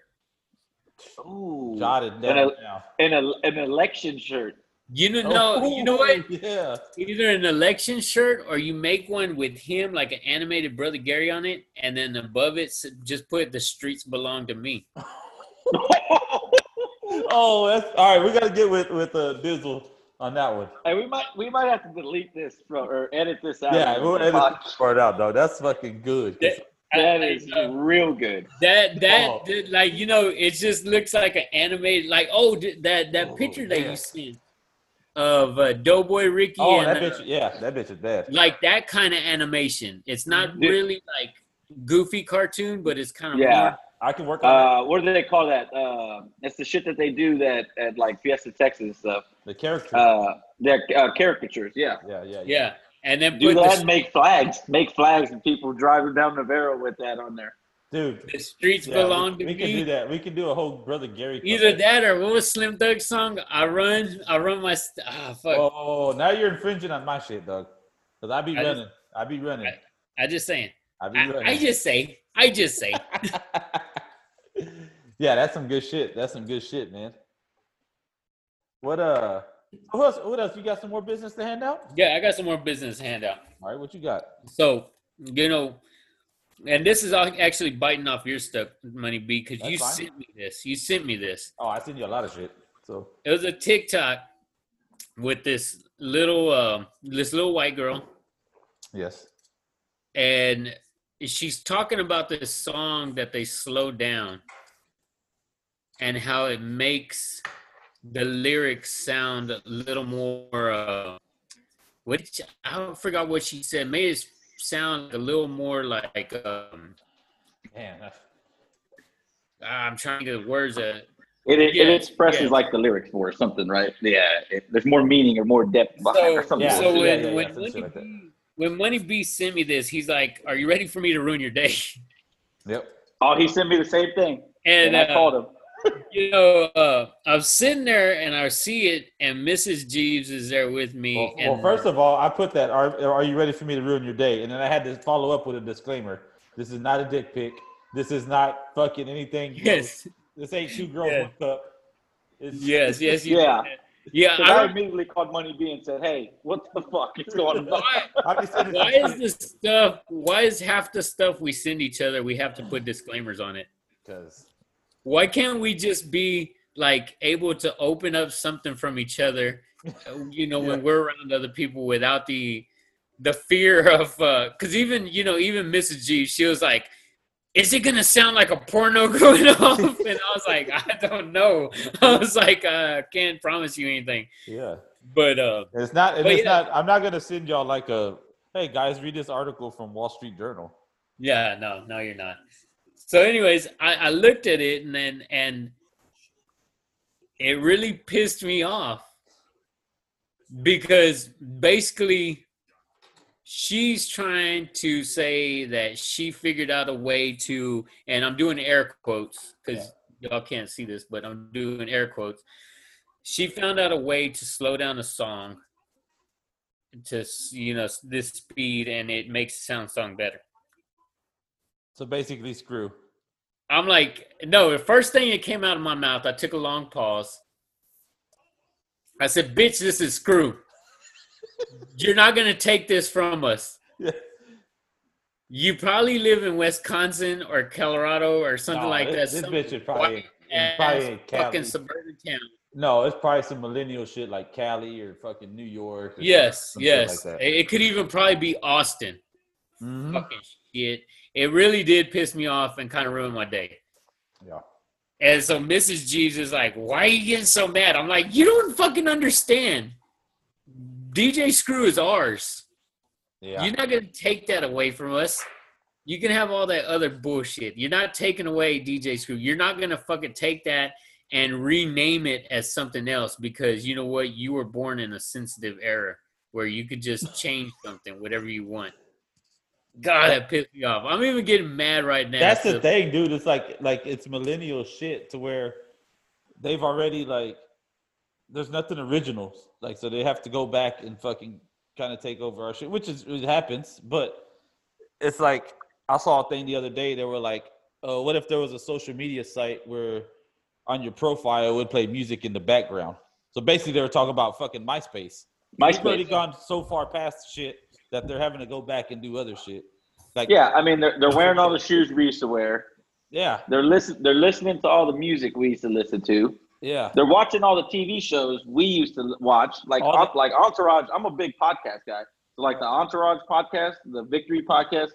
[SPEAKER 5] I- Ooh,
[SPEAKER 4] Jot it
[SPEAKER 5] And,
[SPEAKER 4] down
[SPEAKER 5] a,
[SPEAKER 4] now.
[SPEAKER 5] and a, an election shirt.
[SPEAKER 3] You know, no, you know
[SPEAKER 4] Ooh,
[SPEAKER 3] what?
[SPEAKER 4] Yeah.
[SPEAKER 3] Either an election shirt or you make one with him, like an animated Brother Gary on it, and then above it, s- just put "The streets belong to me."
[SPEAKER 4] Oh, that's all right. We gotta get with with uh, Dizzle on that one.
[SPEAKER 5] and we might we might have to delete this from or edit this out.
[SPEAKER 4] Yeah,
[SPEAKER 5] of
[SPEAKER 4] we'll
[SPEAKER 5] the
[SPEAKER 4] edit this
[SPEAKER 5] podcast.
[SPEAKER 4] part out, dog. That's fucking good.
[SPEAKER 3] Yeah.
[SPEAKER 5] That
[SPEAKER 3] I- I
[SPEAKER 5] is
[SPEAKER 3] know.
[SPEAKER 5] real good.
[SPEAKER 3] That that
[SPEAKER 4] Oh.
[SPEAKER 3] did- like you know it just looks like an animated like oh d- that that
[SPEAKER 4] Oh,
[SPEAKER 3] picture that
[SPEAKER 4] yeah.
[SPEAKER 3] you seen of uh, Doughboy Ricky
[SPEAKER 4] Oh,
[SPEAKER 3] and
[SPEAKER 4] that
[SPEAKER 3] uh,
[SPEAKER 4] bitch. Yeah, that bitch is bad.
[SPEAKER 3] like that kind of animation. It's not
[SPEAKER 5] Yeah.
[SPEAKER 3] really like goofy cartoon, but it's kind of
[SPEAKER 5] Yeah.
[SPEAKER 4] I can work on that.
[SPEAKER 5] Uh, what do they call that? Uh, it's the shit that they do that at like Fiesta Texas and stuff.
[SPEAKER 4] the character.
[SPEAKER 5] Uh, they're uh, caricatures. Yeah.
[SPEAKER 4] yeah, yeah, yeah.
[SPEAKER 3] yeah. And then
[SPEAKER 5] Do
[SPEAKER 3] put
[SPEAKER 5] that.
[SPEAKER 3] the,
[SPEAKER 5] make flags. Make flags, and people driving down Navarro with that on there.
[SPEAKER 4] Dude,
[SPEAKER 3] the streets
[SPEAKER 4] yeah,
[SPEAKER 3] belong
[SPEAKER 4] we,
[SPEAKER 3] to
[SPEAKER 4] we can do
[SPEAKER 3] me.
[SPEAKER 4] that. We can do a whole brother Gary. cover.
[SPEAKER 3] Either that or what was Slim Thug's song? I run, I run my st- ah fuck.
[SPEAKER 4] Oh, now you're infringing on my shit, dog. Cause I be
[SPEAKER 3] I just-
[SPEAKER 4] running. I be running.
[SPEAKER 3] I just saying.
[SPEAKER 4] I be
[SPEAKER 3] I,
[SPEAKER 4] running.
[SPEAKER 3] I just say. I just say.
[SPEAKER 4] yeah, that's some good shit. That's some good shit, man. What uh? Who else? What else? You got some more business to hand out?
[SPEAKER 3] yeah, I got some more business handout.
[SPEAKER 4] All right, what you got?
[SPEAKER 3] So, you know, and this is all- actually biting off your stuff, Money B, because you
[SPEAKER 4] That's fine.
[SPEAKER 3] sent me this. You sent me this.
[SPEAKER 4] Oh, I send you a lot of shit. So
[SPEAKER 3] It was a TikTok with this little, um, this little white girl,
[SPEAKER 4] yes,
[SPEAKER 3] and she's talking about this song that they slow down, and how it makes the lyrics sound a little more. Uh, which I forgot what she said. Made it sound a little more like. Um,
[SPEAKER 4] man, that's,
[SPEAKER 3] Ah, I'm trying to get the words that
[SPEAKER 5] It, it,
[SPEAKER 3] Yeah,
[SPEAKER 5] it expresses
[SPEAKER 3] yeah.
[SPEAKER 5] like the lyrics for or something, right? Yeah. It, there's more meaning or more depth behind or
[SPEAKER 3] so,
[SPEAKER 5] something.
[SPEAKER 4] yeah.
[SPEAKER 3] so when,
[SPEAKER 4] yeah, yeah,
[SPEAKER 3] when,
[SPEAKER 4] something
[SPEAKER 3] Money
[SPEAKER 4] like that.
[SPEAKER 3] B, when Money B sent me this, he's like, "Are you ready for me to ruin your day?"
[SPEAKER 4] yep.
[SPEAKER 5] Oh, he sent me the same thing,
[SPEAKER 3] And,
[SPEAKER 5] and I
[SPEAKER 3] uh,
[SPEAKER 5] called him.
[SPEAKER 3] you know, uh, I'm sitting there and I see it, and Mrs. Jeeves is there with me.
[SPEAKER 4] Well,
[SPEAKER 3] and
[SPEAKER 4] well, first of all, I put that. Are Are you ready for me to ruin your day? And then I had to follow up with a disclaimer. This is not a dick pic. This is not fucking anything. gross.
[SPEAKER 3] yes,
[SPEAKER 4] This ain't two girls
[SPEAKER 3] Yeah.
[SPEAKER 4] one cup. It's,
[SPEAKER 3] yes, yes, you-
[SPEAKER 5] Yeah.
[SPEAKER 3] yeah.
[SPEAKER 5] 'Cause I
[SPEAKER 3] I,
[SPEAKER 5] immediately called Money B and said, "Hey, what the fuck is going on?"
[SPEAKER 3] why,
[SPEAKER 4] I be sending
[SPEAKER 3] why
[SPEAKER 4] some
[SPEAKER 3] is this stuff? Why is half the stuff we send each other we have to put disclaimers on it?
[SPEAKER 4] because
[SPEAKER 3] why can't we just be like able to open up something from each other uh, you know when we're around other people without the the fear of uh because even you know even mrs g she was like is it gonna sound like a porno going off and i was like i don't know i was like uh can't promise you anything
[SPEAKER 4] yeah,
[SPEAKER 3] but uh
[SPEAKER 4] And it's not. And
[SPEAKER 3] But
[SPEAKER 4] it's
[SPEAKER 3] yeah.
[SPEAKER 4] not. I'm not gonna send y'all like a. Hey guys, read this article from Wall Street Journal.
[SPEAKER 3] Yeah, no, no, you're not. So, anyways, I, I looked at it and then and it really pissed me off because basically she's trying to say that she figured out a way to, and I'm doing air quotes because y'all can't see this, but I'm doing air quotes. She found out a way to slow down a song to s- you know s- this speed, and it makes the sound song better.
[SPEAKER 4] So basically, screw.
[SPEAKER 3] I'm like, no, the first thing that came out of my mouth, I took a long pause. I said, bitch, this is screw. You're not going to take this from us.
[SPEAKER 4] Yeah.
[SPEAKER 3] You probably live in Wisconsin or Colorado or something
[SPEAKER 4] Nah,
[SPEAKER 3] like
[SPEAKER 4] this,
[SPEAKER 3] that.
[SPEAKER 4] This
[SPEAKER 3] some
[SPEAKER 4] bitch is probably,
[SPEAKER 3] white-ass
[SPEAKER 4] probably in Cali.
[SPEAKER 3] fucking suburban town.
[SPEAKER 4] no, it's probably some millennial shit like Cali or fucking New York. or
[SPEAKER 3] Yes,
[SPEAKER 4] some shit
[SPEAKER 3] yes.
[SPEAKER 4] Like that.
[SPEAKER 3] it it could even probably be Austin.
[SPEAKER 4] Mhm.
[SPEAKER 3] Fucking shit. It really did piss me off and kind of ruin my day.
[SPEAKER 4] Yeah.
[SPEAKER 3] And so Mrs. Jeeves is like, why are you getting so mad? I'm like, you don't fucking understand. DJ Screw is ours.
[SPEAKER 4] Yeah.
[SPEAKER 3] You're not going to take that away from us. You can have all that other bullshit. You're not taking away DJ Screw. You're not going to fucking take that and rename it as something else because you know what? You were born in a sensitive era where you could just change something, whatever you want. God, that pissed me off. I'm even getting mad right now.
[SPEAKER 4] That's the
[SPEAKER 3] So-
[SPEAKER 4] thing, dude. It's like like it's millennial shit to where they've already like there's nothing original. Like so they have to go back and fucking kind of take over our shit, which is it happens, but it's like I saw a thing the other day they were like, uh, what if there was a social media site where on your profile it would play music in the background? So basically they were talking about fucking MySpace. We've already
[SPEAKER 5] MySpace.
[SPEAKER 4] gone so far past shit that they're having to go back and do other shit. Like
[SPEAKER 5] Yeah, I mean they're, they're wearing all the shoes we used to wear.
[SPEAKER 4] yeah,
[SPEAKER 5] They're listen they're listening to all the music we used to listen to.
[SPEAKER 4] yeah.
[SPEAKER 5] They're watching all the TV shows we used to watch, like
[SPEAKER 4] All the-
[SPEAKER 5] like Entourage. I'm a big podcast guy, so like the Entourage podcast, the Victory podcast,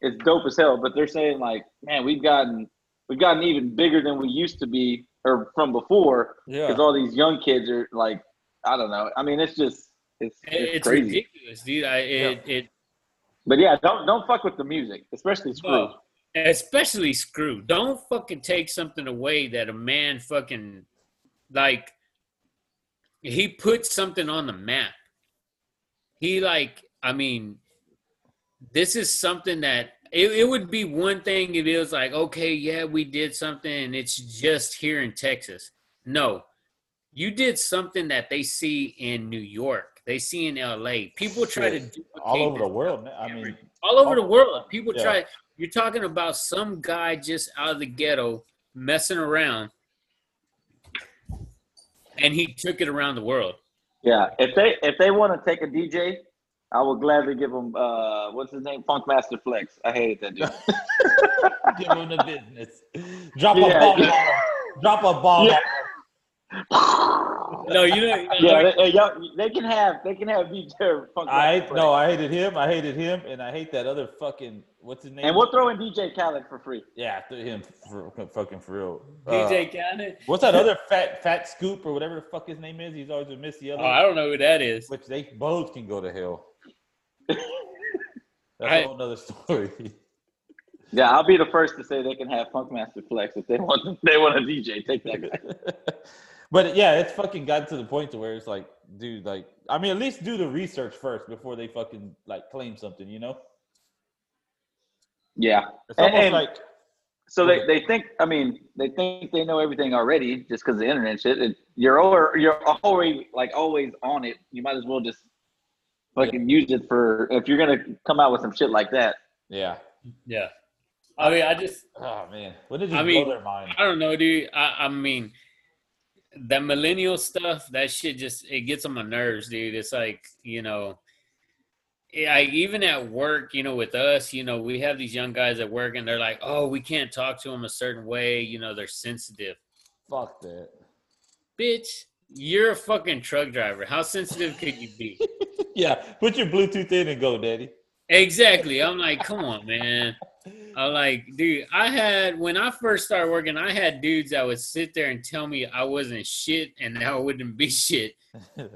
[SPEAKER 5] it's dope as hell. But they're saying like, man, we've gotten we've gotten even bigger than we used to be or from before
[SPEAKER 4] Yeah.
[SPEAKER 5] because all these young kids are like, I don't know. I mean, it's just it's, it's,
[SPEAKER 3] It- It's
[SPEAKER 5] crazy.
[SPEAKER 3] ridiculous, dude. I, it, it
[SPEAKER 5] But yeah, don't don't fuck with the music, especially Screw.
[SPEAKER 3] No. especially screw. Don't fucking take something away that a man fucking like he put something on the map. He like I mean this is something that it, it would be one thing if it was like, okay, yeah, we did something and it's just here in Texas. No. You did something that they see in New York. They see in LA. People try to
[SPEAKER 4] Shit.
[SPEAKER 3] duplicate
[SPEAKER 4] all over
[SPEAKER 3] this
[SPEAKER 4] the world. Man. I mean,
[SPEAKER 3] all over the world. People
[SPEAKER 4] Yeah.
[SPEAKER 3] try. You're talking about some guy just out of the ghetto messing around, and he took it around the world.
[SPEAKER 5] Yeah, if they if they want to take a DJ, I will gladly give them uh what's his name, Funkmaster Flex. I hated that dude.
[SPEAKER 4] give him the business. Drop a
[SPEAKER 5] Yeah.
[SPEAKER 4] ball. on him. Drop a ball.
[SPEAKER 5] Yeah.
[SPEAKER 3] No, you know.
[SPEAKER 5] yeah, they, they, y'all- they can have they can have DJ or Funkmaster
[SPEAKER 4] I
[SPEAKER 5] Flex.
[SPEAKER 4] no, I hated him. I hated him, and I hate that other fucking what's his name?
[SPEAKER 5] and we'll throw in DJ Khaled for free.
[SPEAKER 4] yeah, I threw him for, fucking for real. Uh,
[SPEAKER 3] DJ Cannon.
[SPEAKER 4] what's that other fat fat scoop or whatever the fuck his name is? He's always a miss the other,
[SPEAKER 3] Oh, I don't know who that is.
[SPEAKER 4] which they both can go to hell. That's
[SPEAKER 3] I-
[SPEAKER 4] a whole other story.
[SPEAKER 5] Yeah, I'll be the first to say they can have Funkmaster Flex if they want they want a DJ. Take that guy.
[SPEAKER 4] but yeah, it's fucking gotten to the point to where it's like, dude, like, I mean, at least do the research first before they fucking like claim something, you know?
[SPEAKER 5] Yeah.
[SPEAKER 4] It's almost
[SPEAKER 5] And-
[SPEAKER 4] like,
[SPEAKER 5] So they, they think I mean they think they know everything already just because the internet shit. And you're over, you're already like always on it. You might as well just fucking use it for if you're gonna come out with some shit like that.
[SPEAKER 4] yeah.
[SPEAKER 3] Yeah. I mean, I just
[SPEAKER 4] Oh man, when did you
[SPEAKER 3] I
[SPEAKER 4] blow
[SPEAKER 3] mean-
[SPEAKER 4] their mind?
[SPEAKER 3] I don't know, dude. I, I mean, that millennial stuff, that shit just it gets on my nerves, dude. It's like you know, it- I even at work, you know, with us, you know, we have these young guys at work, and they're like, "Oh, we can't talk to them a certain way," you know, they're sensitive.
[SPEAKER 4] Fuck that.
[SPEAKER 3] Bitch, you're a fucking truck driver. How sensitive could you be?
[SPEAKER 4] Yeah, put your Bluetooth in and go, daddy.
[SPEAKER 3] exactly. I'm like, come on, man. I'm like, dude, I had when I first started working, I had dudes that would sit there and tell me I wasn't shit and that I wouldn't be shit.
[SPEAKER 4] and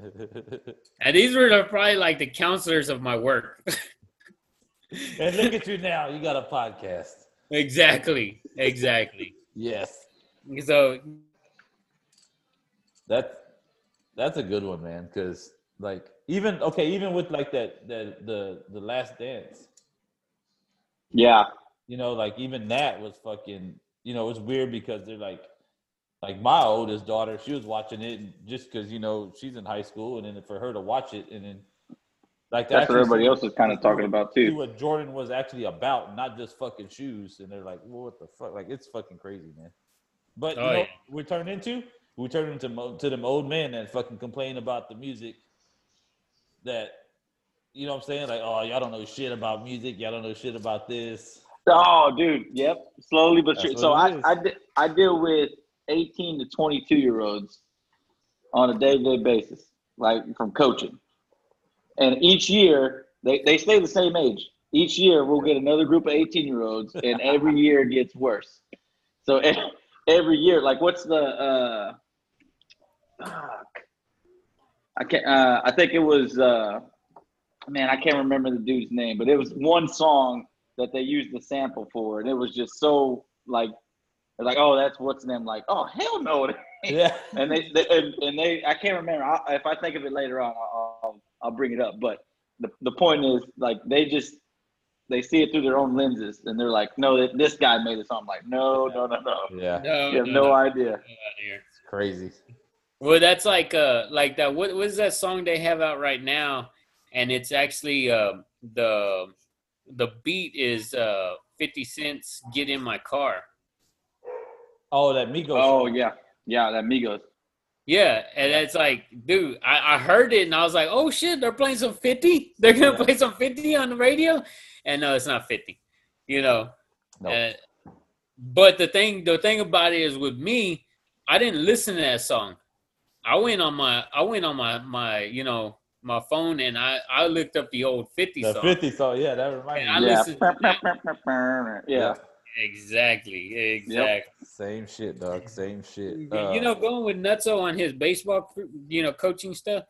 [SPEAKER 3] And these were the- probably like the counselors of my work.
[SPEAKER 4] look at you now, you got a podcast.
[SPEAKER 3] exactly. Exactly.
[SPEAKER 4] Yes,
[SPEAKER 3] So
[SPEAKER 4] that's that's a good one, man. Because like even okay, even with like that that the the Last Dance,
[SPEAKER 5] Yeah,
[SPEAKER 4] you know, like even that was fucking, you know, it was weird because they're like, like my oldest daughter, she was watching it and just because you know she's in high school, and then for her to watch it, and then like
[SPEAKER 5] that's
[SPEAKER 4] actually
[SPEAKER 5] what everybody
[SPEAKER 4] see-
[SPEAKER 5] else is kind of talking about
[SPEAKER 4] see
[SPEAKER 5] too.
[SPEAKER 4] what Jordan was actually about, not just fucking shoes. And they're like, well, what the fuck? Like it's fucking crazy, man. But you
[SPEAKER 3] Oh,
[SPEAKER 4] know,
[SPEAKER 3] yeah.
[SPEAKER 4] what we turned into we turned into mo- to them old men that fucking complain about the music. That you know what I'm saying? Like, oh, y'all don't know shit about music. Y'all don't know shit about this.
[SPEAKER 5] Oh, dude, yep. Slowly but
[SPEAKER 4] That's
[SPEAKER 5] sure.
[SPEAKER 4] what
[SPEAKER 5] So
[SPEAKER 4] it
[SPEAKER 5] I
[SPEAKER 4] is.
[SPEAKER 5] I, de- I deal with eighteen to twenty two year olds on a day to day basis, like from coaching, and each year they they stay the same age. Each year we'll get another group of eighteen year olds, and every year it gets worse. So e- every year. Like, what's the uh, fuck? I can't. Uh, I think it was uh, man. I can't remember the dude's name, but it was one song that they used the sample for, and it was just so like, they're like, oh, that's what's name. Like, oh, hell no. it ain't."
[SPEAKER 4] Yeah.
[SPEAKER 5] and they, they and, and they. I can't remember. I, if I think of it later on, I'll, I'll I'll bring it up. But the the point is, like, they just they see it through their own lenses, and they're like, no, th- this guy made it. So I'm like, no, no, no, no.
[SPEAKER 3] uh,
[SPEAKER 4] Yeah. It's
[SPEAKER 5] You have no idea.
[SPEAKER 3] idea.
[SPEAKER 4] crazy.
[SPEAKER 3] Well, that's like uh like that. What what is that song they have out right now? And it's actually uh, the the beat is uh Fifty Cent's "Get in My Car."
[SPEAKER 4] Oh, that Migos.
[SPEAKER 5] Oh yeah, yeah, that Migos.
[SPEAKER 3] Yeah, and it's like, dude, I, I heard it and I was like, oh shit, they're playing some Fifty. They're gonna
[SPEAKER 4] Yeah.
[SPEAKER 3] play some Fifty on the radio, and no, it's not Fifty. You know,
[SPEAKER 4] No.
[SPEAKER 3] Uh, but the thing, the thing about it is, with me, I didn't listen to that song. I went on my, I went on my, my, you know, my phone, and I, I looked up the old Fifty
[SPEAKER 4] the
[SPEAKER 3] song.
[SPEAKER 4] 50 song. Yeah, that reminds
[SPEAKER 3] Yeah, I
[SPEAKER 4] me.
[SPEAKER 5] yeah.
[SPEAKER 3] listened to
[SPEAKER 5] yeah.
[SPEAKER 3] Exactly, exactly.
[SPEAKER 4] Same shit, dog. Same shit.
[SPEAKER 3] you
[SPEAKER 4] Uh,
[SPEAKER 3] know, going with Nutso on his baseball, cr- you know, coaching stuff.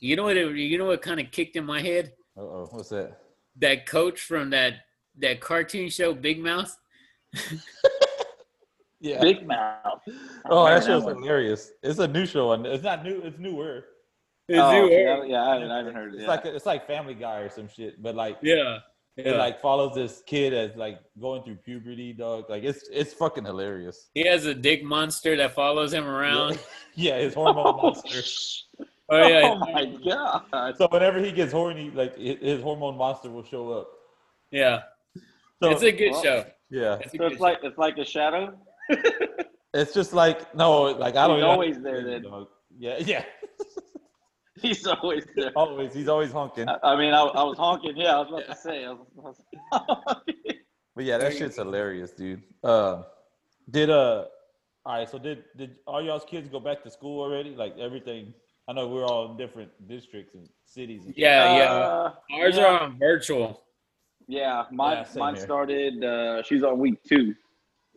[SPEAKER 3] You know what? It, you know what kind of kicked in my head?
[SPEAKER 4] Uh, Uh-oh, what's that?
[SPEAKER 3] That coach from that that cartoon show, Big Mouth.
[SPEAKER 4] Yeah.
[SPEAKER 5] Big mouth.
[SPEAKER 4] Oh, that
[SPEAKER 5] Remember
[SPEAKER 4] show's
[SPEAKER 5] one.
[SPEAKER 4] hilarious. It's a new show. and It's not new. It's newer.
[SPEAKER 5] Oh, yeah, yeah, I haven't, I haven't heard
[SPEAKER 4] eh?
[SPEAKER 5] it.
[SPEAKER 4] It's
[SPEAKER 5] Yeah.
[SPEAKER 4] like it's like Family Guy or some shit, but like
[SPEAKER 3] yeah,
[SPEAKER 4] it like follows this kid as like going through puberty, dog. Like it's it's fucking hilarious.
[SPEAKER 3] He has a dick monster that follows him around.
[SPEAKER 4] Yeah, his hormone monster.
[SPEAKER 3] Oh, yeah.
[SPEAKER 5] Oh my god.
[SPEAKER 4] So whenever he gets horny, like hi- his hormone monster will show up.
[SPEAKER 3] yeah.
[SPEAKER 4] So
[SPEAKER 3] it's a good
[SPEAKER 5] well,
[SPEAKER 3] show.
[SPEAKER 4] yeah,
[SPEAKER 3] It's, a
[SPEAKER 5] So
[SPEAKER 3] good
[SPEAKER 5] it's like it's like a shadow.
[SPEAKER 4] it's just like no, like I don't.
[SPEAKER 5] He's
[SPEAKER 4] know-
[SPEAKER 5] always there then.
[SPEAKER 4] dog. Yeah, yeah.
[SPEAKER 5] He's always there.
[SPEAKER 4] Always, he's always honking.
[SPEAKER 5] I, I mean, I, I was honking. Yeah, I was about to say. I was, I was,
[SPEAKER 4] But yeah, that
[SPEAKER 3] There you
[SPEAKER 4] shit's hilarious, dude. Uh, did uh, all right. So did did all y'all's kids go back to school already? Like everything? I know we're all in different districts and cities. And
[SPEAKER 3] show. Yeah, yeah.
[SPEAKER 5] Uh,
[SPEAKER 3] Ours
[SPEAKER 5] yeah.
[SPEAKER 3] are on virtual.
[SPEAKER 5] Yeah, mine
[SPEAKER 4] Yeah, same
[SPEAKER 5] mine
[SPEAKER 4] here.
[SPEAKER 5] started. Uh, she's on week two,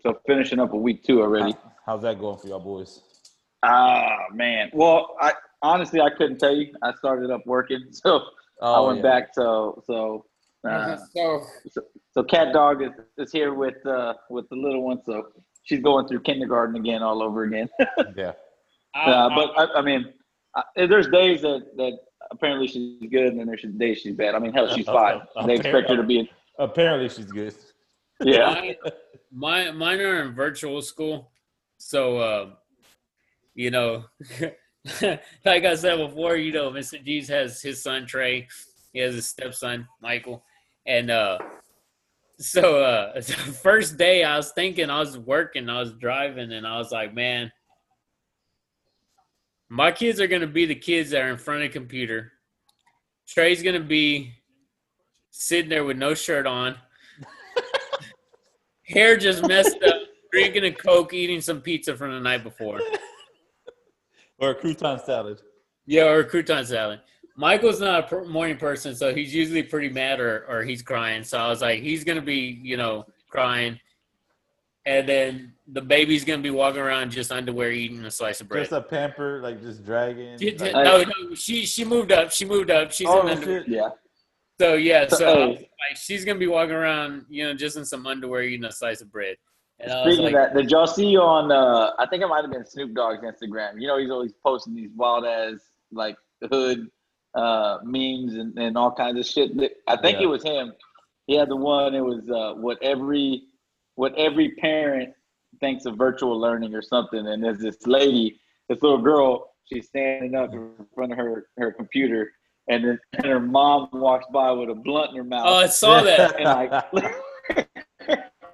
[SPEAKER 5] so finishing up a week two already.
[SPEAKER 4] How- how's that going for y'all boys?
[SPEAKER 5] Ah man. Well, I honestly I couldn't tell you. I started up working, so I went
[SPEAKER 4] Oh, yeah.
[SPEAKER 5] back. So so uh,
[SPEAKER 3] so
[SPEAKER 5] so cat dog is, is here with uh, with the little one. So she's going through kindergarten again all over again.
[SPEAKER 4] Yeah,
[SPEAKER 3] I,
[SPEAKER 5] uh, but I, I mean, I, there's days that that apparently she's good, and then there's days she's bad. I mean, hell, she's five. They expect her to be.
[SPEAKER 4] apparently she's good.
[SPEAKER 5] Yeah.
[SPEAKER 3] mine, mine, mine are in virtual school. So, uh, you know, like I said before, you know, Mr. Jeeves has his son Trey. He has his stepson Michael, and uh, so uh, the first day I was thinking I was working, I was driving, and I was like, man, my kids are gonna be the kids that are in front of the computer. Trey's gonna be sitting there with no shirt on hair just messed up, drinking a Coke, eating some pizza from the night before.
[SPEAKER 4] Or a crouton salad.
[SPEAKER 3] Yeah, or a crouton salad. Michael's not a per- morning person, so he's usually pretty mad or, or he's crying. So I was like, he's going to be, you know, crying. And then the baby's going to be walking around just underwear eating a slice of bread.
[SPEAKER 4] Just a pamper, like just dragging.
[SPEAKER 3] She-
[SPEAKER 4] like-
[SPEAKER 3] no, no, she, she moved up. She moved up. She's in
[SPEAKER 4] oh
[SPEAKER 3] underwear.
[SPEAKER 4] shit!
[SPEAKER 5] Yeah.
[SPEAKER 3] So yeah, so I
[SPEAKER 5] Hey.
[SPEAKER 3] was like, she's going to be walking around, you know, just in some underwear eating a slice of bread. And I was like,
[SPEAKER 5] Speaking of that, did y'all see on? Uh, I think it might have been Snoop Dogg's Instagram. You know, he's always posting these wild ass like hood uh, memes and, and all kinds of shit. I think
[SPEAKER 4] Yeah.
[SPEAKER 5] it was him. He had the one. It was uh, what every what every parent thinks of virtual learning or something. And there's this lady, this little girl. She's standing up in front of her her computer, and then and her mom walks by with a blunt in her mouth
[SPEAKER 3] oh, I saw that.
[SPEAKER 5] and like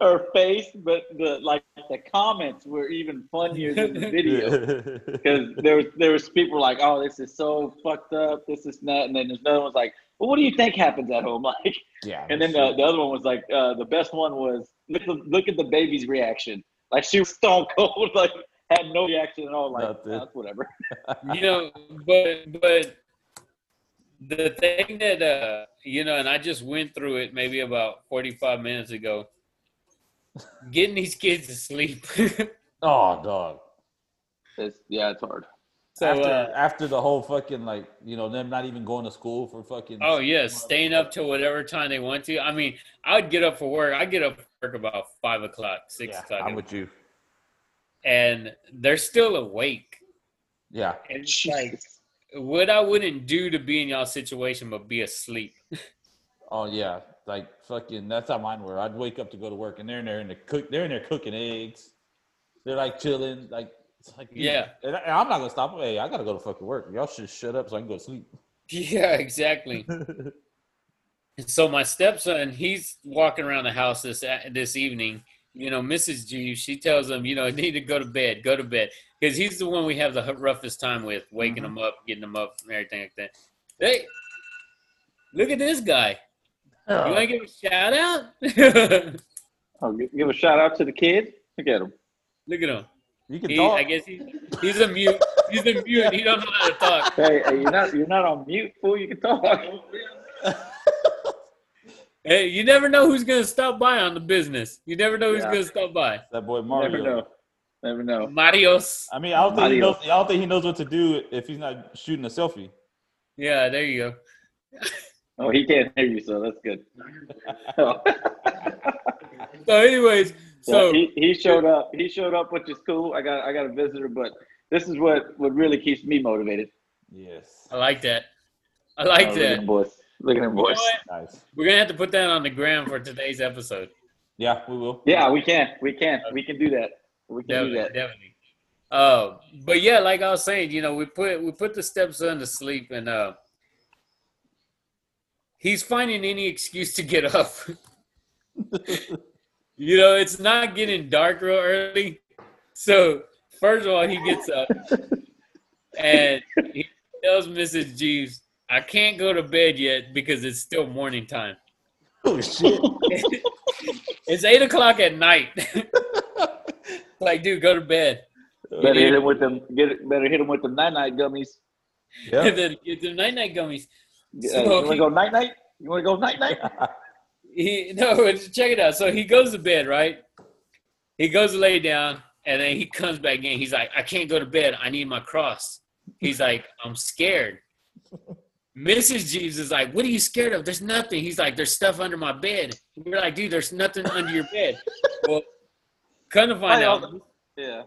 [SPEAKER 5] her face, but the like the comments were even funnier than the video because there was there was people like, oh, this is so fucked up, this is not, and then there's another one's like, well, what do you think happens at home, like?
[SPEAKER 4] yeah.
[SPEAKER 5] And then the, the other one was like, uh, the best one was look look at the baby's reaction, like she was stone cold, like had no reaction at all, like
[SPEAKER 4] Nothing.
[SPEAKER 5] "Ah, that's whatever.
[SPEAKER 3] you know, but but the thing that uh you know, and I just went through it maybe about forty five minutes ago. Getting these kids to sleep.
[SPEAKER 4] Oh, dog.
[SPEAKER 5] It's, yeah, it's hard.
[SPEAKER 3] so,
[SPEAKER 4] after,
[SPEAKER 3] uh,
[SPEAKER 4] after the whole fucking like you know them not even going to school for fucking
[SPEAKER 3] oh yeah, staying up till whatever time they want to. I mean, I would get up for work. I get up for work about five o'clock, six
[SPEAKER 4] yeah,
[SPEAKER 3] o'clock,
[SPEAKER 4] I'm with you.
[SPEAKER 3] and they're still awake.
[SPEAKER 4] Yeah,
[SPEAKER 3] And it's like, what I wouldn't do to be in y'all situation, but be asleep.
[SPEAKER 4] oh yeah, like fucking that's how mine were. I'd wake up to go to work, and they're in there in the cook, they're in there cooking eggs. They're like chilling, like it's like
[SPEAKER 3] Yeah.
[SPEAKER 4] And, I, am not gonna stop. 'em. Hey, I gotta go to fucking work. Y'all should shut up so I can go to sleep.
[SPEAKER 3] Yeah, exactly. And so my stepson, he's walking around the house this this evening. You know, Mrs. Jeeves, she tells him, you know, need to go to bed, go to bed, because he's the one we have the roughest time with, waking him up, getting him up, and everything like that. Hey, look at this guy. You want to give a shout out? look
[SPEAKER 5] Oh, give, give a shout out to the kid. Look at him.
[SPEAKER 3] at him.
[SPEAKER 4] You can
[SPEAKER 3] He,
[SPEAKER 4] talk.
[SPEAKER 3] I guess he, he's a mute. He's a mute. He don't know how to talk.
[SPEAKER 5] Hey, hey, you're not you're not on mute, fool. You can talk.
[SPEAKER 3] Hey, you never know who's gonna stop by on the business. You never know who's
[SPEAKER 5] Yeah.
[SPEAKER 3] gonna stop by.
[SPEAKER 4] that boy
[SPEAKER 5] Never
[SPEAKER 4] Mario.
[SPEAKER 5] know. Never know.
[SPEAKER 3] Marios.
[SPEAKER 4] I mean, I don't think he
[SPEAKER 5] Mario.
[SPEAKER 4] knows. I don't think he knows what to do if he's not shooting a selfie.
[SPEAKER 3] Yeah, there you go.
[SPEAKER 5] Oh, he can't hear you, so that's good. so
[SPEAKER 3] So, anyways, so
[SPEAKER 5] he, he showed up. He showed up, which is cool. I got I got a visitor, but this is what what really keeps me motivated.
[SPEAKER 4] Yes,
[SPEAKER 3] I like that. I like
[SPEAKER 5] Oh, Look at
[SPEAKER 3] that.
[SPEAKER 5] them boys. Look at them
[SPEAKER 3] You know
[SPEAKER 5] boys.
[SPEAKER 3] what?
[SPEAKER 4] nice.
[SPEAKER 3] We're gonna have to put that on the gram for today's episode.
[SPEAKER 4] Yeah, we will.
[SPEAKER 5] Yeah, we can. We can. We can do that. We can do
[SPEAKER 3] Definitely,
[SPEAKER 5] that.
[SPEAKER 3] definitely. Uh, but yeah, like I was saying, you know, we put we put the stepson to sleep, and uh, he's finding any excuse to get up. you know, it's not getting dark real early, so first of all, he gets up and he tells Mrs. Jeeves, "I can't go to bed yet because it's still morning time."
[SPEAKER 4] Oh shit!
[SPEAKER 3] It's eight o'clock at night. like, dude, go to bed.
[SPEAKER 5] Better hit him with them. Get better hit him with them night night gummies.
[SPEAKER 4] yeah.
[SPEAKER 3] And then get the night night gummies.
[SPEAKER 5] Uh, you want
[SPEAKER 3] So
[SPEAKER 5] to go night night? You want to go night night?
[SPEAKER 3] he no, it's- check it out. So he goes to bed, right? He goes to lay down, and then he comes back in. He's like, I can't go to bed. I need my cross. He's like, I'm scared. Mrs. Jeeves is like, What are you scared of? There's nothing. He's like, There's stuff under my bed. We're like, Dude, there's nothing under your bed. Well, come to find
[SPEAKER 5] I
[SPEAKER 3] out,
[SPEAKER 5] also- Yeah.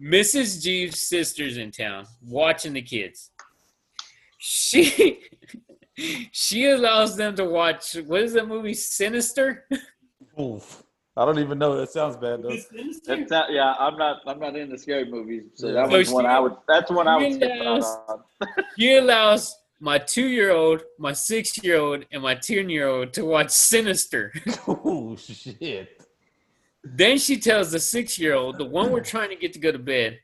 [SPEAKER 3] Mrs. Jeeves' sister's in town watching the kids. She she allows them to watch what is that movie? Sinister?
[SPEAKER 4] Oof. I don't even know. That sounds bad though.
[SPEAKER 3] Sinister?
[SPEAKER 5] That's not, yeah, I'm not. I'm not into scary movies, so that
[SPEAKER 4] So
[SPEAKER 5] was one
[SPEAKER 3] she-
[SPEAKER 5] I would. That's one I would
[SPEAKER 3] she
[SPEAKER 5] skip out
[SPEAKER 3] knows-
[SPEAKER 5] on.
[SPEAKER 3] She allows my two year old, my six year old, and my ten year old to watch Sinister.
[SPEAKER 4] Oh shit!
[SPEAKER 3] then she tells the six year old, the one we're trying to get to go to bed,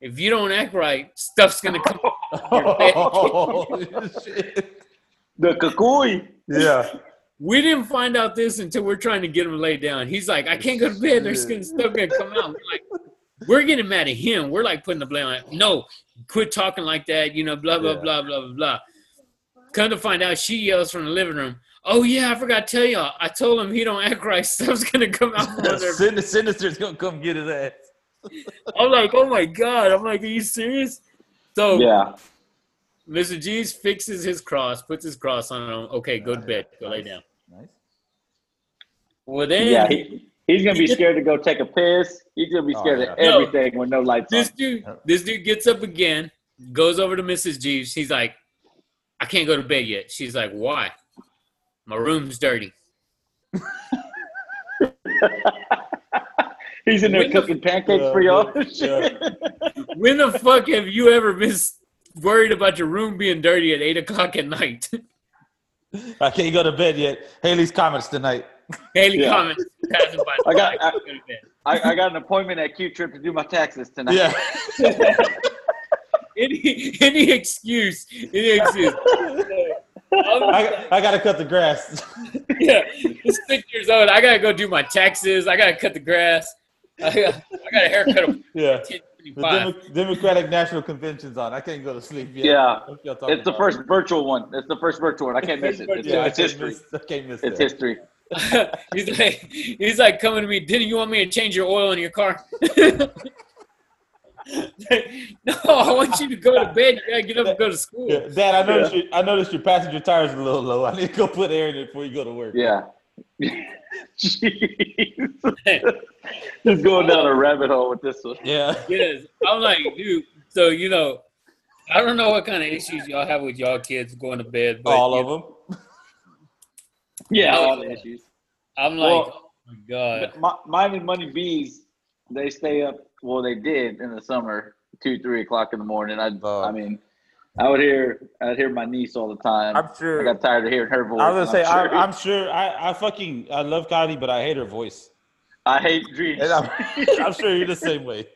[SPEAKER 3] if you don't act right, stuff's gonna come.
[SPEAKER 4] Oh, shit.
[SPEAKER 5] The Kakui.
[SPEAKER 4] Yeah.
[SPEAKER 3] We didn't find out this until we're trying to get him laid down. He's like, I can't go to bed. There's gonna, stuff gonna come out. We're like, we're getting mad at him. We're like putting the blame on. No, quit talking like that. You know, blah blah
[SPEAKER 4] Yeah.
[SPEAKER 3] blah blah blah blah. Come to find out, she yells from the living room. Oh yeah, I forgot to tell y'all. I told him he don't act right. Stuff's gonna come out from under.
[SPEAKER 4] Sin- Sinister's gonna come get his ass.
[SPEAKER 3] I'm like, oh my god. I'm like, are you serious? So
[SPEAKER 5] Yeah.
[SPEAKER 3] Mr. G's fixes his cross, puts his cross on him. Okay, go to bed. Go lay down.
[SPEAKER 4] Nice.
[SPEAKER 3] Well then,
[SPEAKER 5] Yeah. He, he's gonna be scared to go take a piss. He's gonna be
[SPEAKER 4] Oh,
[SPEAKER 5] scared of
[SPEAKER 3] yeah. No.
[SPEAKER 5] everything with no lights on.
[SPEAKER 3] this dude this dude gets up again goes over to mrs jeeves he's like i can't go to bed yet she's like why my room's dirty
[SPEAKER 5] He's in there cooking pancakes for y'all.
[SPEAKER 4] Yeah,
[SPEAKER 5] Shit.
[SPEAKER 3] when the fuck have you ever been s- worried about your room being dirty at 8 o'clock at night
[SPEAKER 4] I can't go to bed yet. Haley's comments tonight.
[SPEAKER 3] haley
[SPEAKER 5] Yeah.
[SPEAKER 3] comments passing by
[SPEAKER 5] I got-
[SPEAKER 3] "I can't go to bed."
[SPEAKER 5] I, I got an appointment at Q Trip to do my taxes tonight.
[SPEAKER 4] Yeah.
[SPEAKER 3] any any excuse any excuse
[SPEAKER 4] I,
[SPEAKER 3] I'm-
[SPEAKER 4] got- I gotta cut the grass.
[SPEAKER 3] yeah, it's six years old. I gotta go do my taxes. I gotta cut the grass. I got, I got a haircut of
[SPEAKER 4] yeah. The
[SPEAKER 3] 1025.
[SPEAKER 4] Demo- Democratic National Convention's on. I can't go to sleep yet.
[SPEAKER 5] Yeah.
[SPEAKER 4] What y'all talking
[SPEAKER 5] It's the
[SPEAKER 4] about?
[SPEAKER 5] first virtual one. It's the first virtual one. I can't miss it. It's,
[SPEAKER 4] Yeah, I
[SPEAKER 5] it's
[SPEAKER 4] can't
[SPEAKER 5] history.
[SPEAKER 4] miss- I can't miss
[SPEAKER 5] It's
[SPEAKER 4] that.
[SPEAKER 5] history.
[SPEAKER 3] he's like, he's like coming to me. Didn't you want me to change your oil in your car? no, I want you to go to bed. You gotta get up and go to school.
[SPEAKER 4] Yeah, Dad, I noticed, your, I noticed your passenger tire's a little low. I need to go put air in it before you go to work.
[SPEAKER 5] Yeah. Jeez. Just going down a rabbit hole with this one.
[SPEAKER 4] Yeah.
[SPEAKER 3] yes. I'm like, dude. So you know, I don't know what kind of issues y'all have with y'all kids going to bed, but
[SPEAKER 4] All
[SPEAKER 3] you
[SPEAKER 4] of them.
[SPEAKER 5] Yeah, all
[SPEAKER 3] Yeah.
[SPEAKER 5] the issues.
[SPEAKER 3] know, I'm like,
[SPEAKER 5] Well-
[SPEAKER 3] oh my god.
[SPEAKER 5] Mi- Mine and Money Bees, they stay up. Well, they did in the summer, two, three o'clock in the morning. I,
[SPEAKER 4] Oh.
[SPEAKER 5] I mean, I would hear, I'd hear my niece all the time.
[SPEAKER 4] I'm sure-
[SPEAKER 5] I got tired of hearing her voice.
[SPEAKER 4] I was gonna
[SPEAKER 5] I'm
[SPEAKER 4] say
[SPEAKER 5] sure-
[SPEAKER 4] I, I'm sure I, I fucking I love Kylie, but I hate her voice.
[SPEAKER 5] I hate dreams.
[SPEAKER 4] And I'm, I'm sure you're the same way.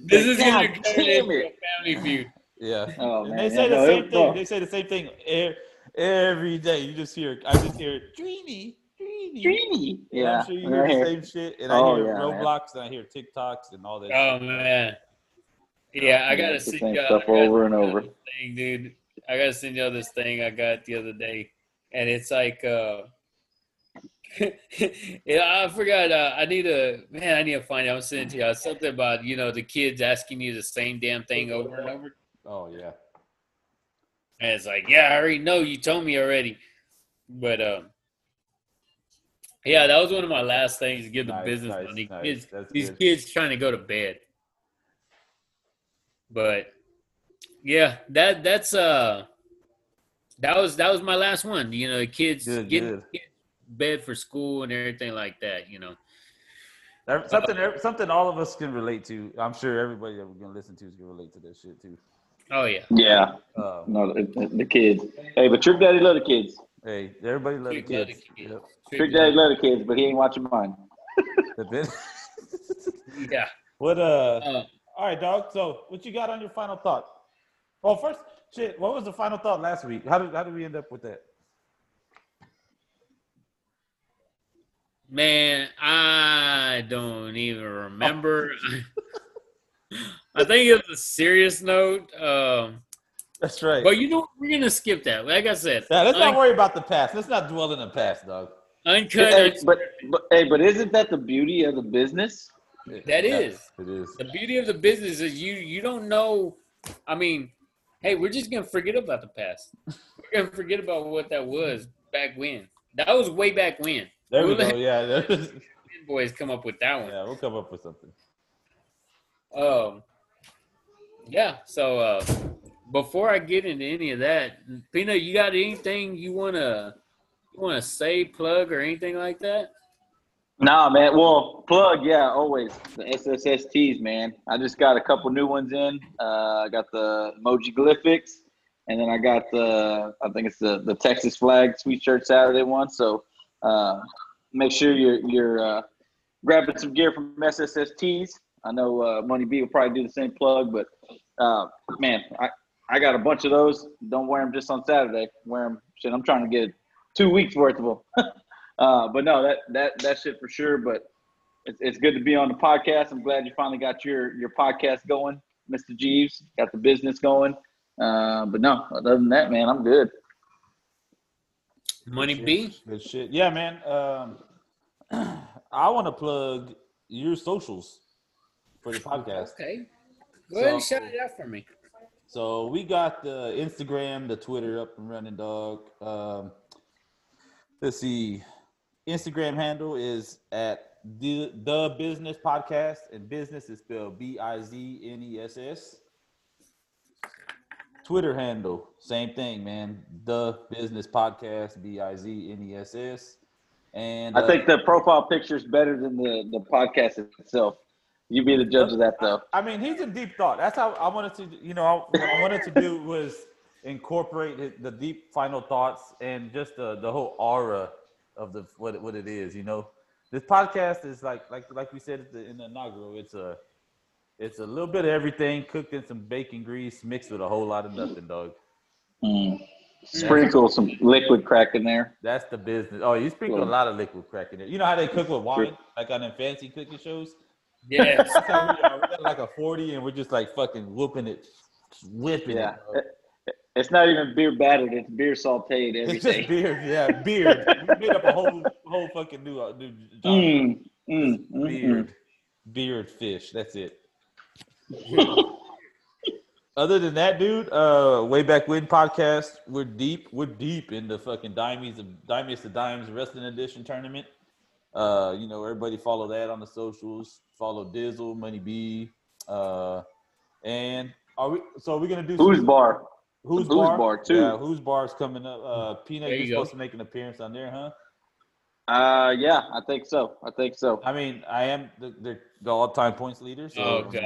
[SPEAKER 3] This is gonna
[SPEAKER 5] God
[SPEAKER 3] turn
[SPEAKER 5] damn
[SPEAKER 3] into a
[SPEAKER 5] it.
[SPEAKER 3] family feud.
[SPEAKER 4] Yeah.
[SPEAKER 5] Oh,
[SPEAKER 4] and
[SPEAKER 5] man.
[SPEAKER 4] they
[SPEAKER 5] Yeah,
[SPEAKER 4] say the
[SPEAKER 5] no, it
[SPEAKER 4] same
[SPEAKER 5] was
[SPEAKER 4] thing.
[SPEAKER 5] rough.
[SPEAKER 4] They say the same thing e- every day. You just hear I just hear dreamy, dreamy.
[SPEAKER 5] Dreamy.
[SPEAKER 4] And
[SPEAKER 5] Yeah.
[SPEAKER 4] I'm sure you
[SPEAKER 5] and
[SPEAKER 4] hear
[SPEAKER 5] I hear-
[SPEAKER 4] the same shit. And
[SPEAKER 5] Oh,
[SPEAKER 4] I hear
[SPEAKER 5] yeah, man.
[SPEAKER 4] Roblox and I hear TikToks and all that.
[SPEAKER 3] Oh man. Yeah, I
[SPEAKER 5] Yeah,
[SPEAKER 3] gotta
[SPEAKER 5] it's the
[SPEAKER 3] send
[SPEAKER 5] same
[SPEAKER 3] y'all
[SPEAKER 5] stuff
[SPEAKER 3] I gotta
[SPEAKER 5] over and
[SPEAKER 3] send y'all
[SPEAKER 5] over.
[SPEAKER 3] this Thing, dude, I gotta send y'all this thing I got the other day, and it's like, uh, yeah, I forgot. Uh, I need to man, I need to find. out. I'll send it to y'all. Something about you know the kids asking you the same damn thing over and over.
[SPEAKER 4] Oh yeah.
[SPEAKER 3] And it's like, yeah, I already know. You told me already. But um, yeah, that was one of my last things to give the
[SPEAKER 4] Nice,
[SPEAKER 3] business
[SPEAKER 4] nice,
[SPEAKER 3] money.
[SPEAKER 4] nice.
[SPEAKER 3] Kids,
[SPEAKER 4] That's
[SPEAKER 3] these
[SPEAKER 4] good.
[SPEAKER 3] kids trying to go to bed. But yeah, that that's uh, that was that was my last one. You know, the kids
[SPEAKER 4] Good,
[SPEAKER 3] getting
[SPEAKER 4] good.
[SPEAKER 3] kids bed for school and everything like that. You know,
[SPEAKER 4] There- Something something all of us can relate to. I'm sure everybody that we're gonna listen to is gonna relate to this shit too.
[SPEAKER 3] oh yeah,
[SPEAKER 5] Yeah.
[SPEAKER 4] Um,
[SPEAKER 5] No, the, the- the kids. Hey, but Trick Daddy love the kids.
[SPEAKER 4] hey, everybody love the
[SPEAKER 3] Trick love the
[SPEAKER 4] kids.
[SPEAKER 3] kids.
[SPEAKER 4] Yep.
[SPEAKER 5] Trick Daddy love the kids, but he ain't watching mine.
[SPEAKER 4] The bit-
[SPEAKER 3] yeah.
[SPEAKER 4] what
[SPEAKER 5] Oh,
[SPEAKER 4] uh
[SPEAKER 3] Uh,
[SPEAKER 4] All right, dog. So, what you got on your final thought? Well, first, shit. What was the final thought last week? How did how did we end up with that?
[SPEAKER 3] Man, I don't even remember. I think it was a serious note. Um,
[SPEAKER 4] That's right.
[SPEAKER 3] but you know, what? we're gonna skip that. Like I said,
[SPEAKER 4] yeah, let's
[SPEAKER 3] un-
[SPEAKER 4] not worry about the past. Let's not dwell in the past, dog.
[SPEAKER 3] uncut.
[SPEAKER 5] Hey,
[SPEAKER 3] uns-
[SPEAKER 5] but, but hey, but isn't that the beauty of the business?
[SPEAKER 3] That
[SPEAKER 4] Yeah,
[SPEAKER 3] is.
[SPEAKER 4] It is.
[SPEAKER 3] the beauty of the business is you you don't know. I mean, hey, we're just gonna forget about the past. We're gonna forget about what that was back when. That was way back when.
[SPEAKER 4] There we
[SPEAKER 3] We'll
[SPEAKER 4] go.
[SPEAKER 3] let
[SPEAKER 4] Yeah. there is.
[SPEAKER 3] the boys come up with that one.
[SPEAKER 4] Yeah. We'll come up with something.
[SPEAKER 3] Um, yeah. So uh, before I get into any of that, Peanut, you got anything you wanna you wanna say, plug, or anything like that?
[SPEAKER 5] Nah, man. Well, plug, yeah, always the SSSTs, man. I just got a couple new ones in. Uh, I got the emoji glyphics, and then I got the I think it's the the Texas flag sweatshirt Saturday one. So uh, make sure you're you're uh, grabbing some gear from SSSTs. I know uh, Money B will probably do the same plug, but uh, man, I I got a bunch of those. Don't wear them just on Saturday. Wear them. Shit, I'm trying to get two weeks worth of them. Uh, but no, that that that shit for sure. But it's, it's good to be on the podcast. I'm glad you finally got your your podcast going, Mr. Jeeves. Got the business going. Uh, but no, other than that, man, I'm good.
[SPEAKER 3] Money B.
[SPEAKER 4] Good shit. Yeah, man. Um, I want to plug your socials for the podcast.
[SPEAKER 3] Okay. Go ahead and
[SPEAKER 4] So-
[SPEAKER 3] shout it out for me.
[SPEAKER 4] So we got the Instagram, the Twitter up and running, dog. Um, let's see. Instagram handle is at the, the Business Podcast, and business is spelled B I Z N E S S. Twitter handle, same thing, man. The Business Podcast, B I Z N E S S. And
[SPEAKER 5] I
[SPEAKER 4] uh,
[SPEAKER 5] think the profile picture is better than the the podcast itself. You be the judge of that, though.
[SPEAKER 4] I mean, he's a deep thought. That's how I wanted to, you know, I, what I wanted to do was incorporate his- the deep final thoughts and just the, the whole aura of the what it, what it is. You know, this podcast is like like like we said at the, in the inaugural. It's a it's a little bit of everything cooked in some bacon grease mixed with a whole lot of nothing, dog.
[SPEAKER 5] Sprinkle some liquid crack in there.
[SPEAKER 4] That's the business. Oh, you speak a lot of liquid crack in there. You know how they cook with wine, like on them fancy cooking shows.
[SPEAKER 3] Yes.
[SPEAKER 4] That's how we are. We got like a forty, and we're just like fucking whooping it, whipping
[SPEAKER 5] Yeah,
[SPEAKER 4] it. dog.
[SPEAKER 5] it, It's not even beer battered. It's beer sauteed every
[SPEAKER 4] It's
[SPEAKER 5] day.
[SPEAKER 4] just beard, yeah, beard. we made up a whole whole fucking new uh, new genre.
[SPEAKER 5] Mm, mm, mm, mm.
[SPEAKER 4] beard, beard fish. That's it. Other than that, dude, uh, way back when podcast, we're deep, we're deep in the fucking dimes of dimes to dimes wrestling edition tournament. Uh, you know, everybody follow that on the socials. Follow Dizzle, Money B, uh, and are we? So are we gonna do
[SPEAKER 5] Who's
[SPEAKER 4] some-
[SPEAKER 5] bar?
[SPEAKER 4] Who's,
[SPEAKER 5] Who's Bar, too.
[SPEAKER 4] Yeah, Who's bar's coming up? Uh, Peanut,
[SPEAKER 3] There
[SPEAKER 4] you're
[SPEAKER 3] you go.
[SPEAKER 4] supposed to make an appearance on there, huh?
[SPEAKER 5] Uh, yeah, I think so. I think so.
[SPEAKER 4] I mean, I am the, the, the all-time points leader, so
[SPEAKER 3] Oh God.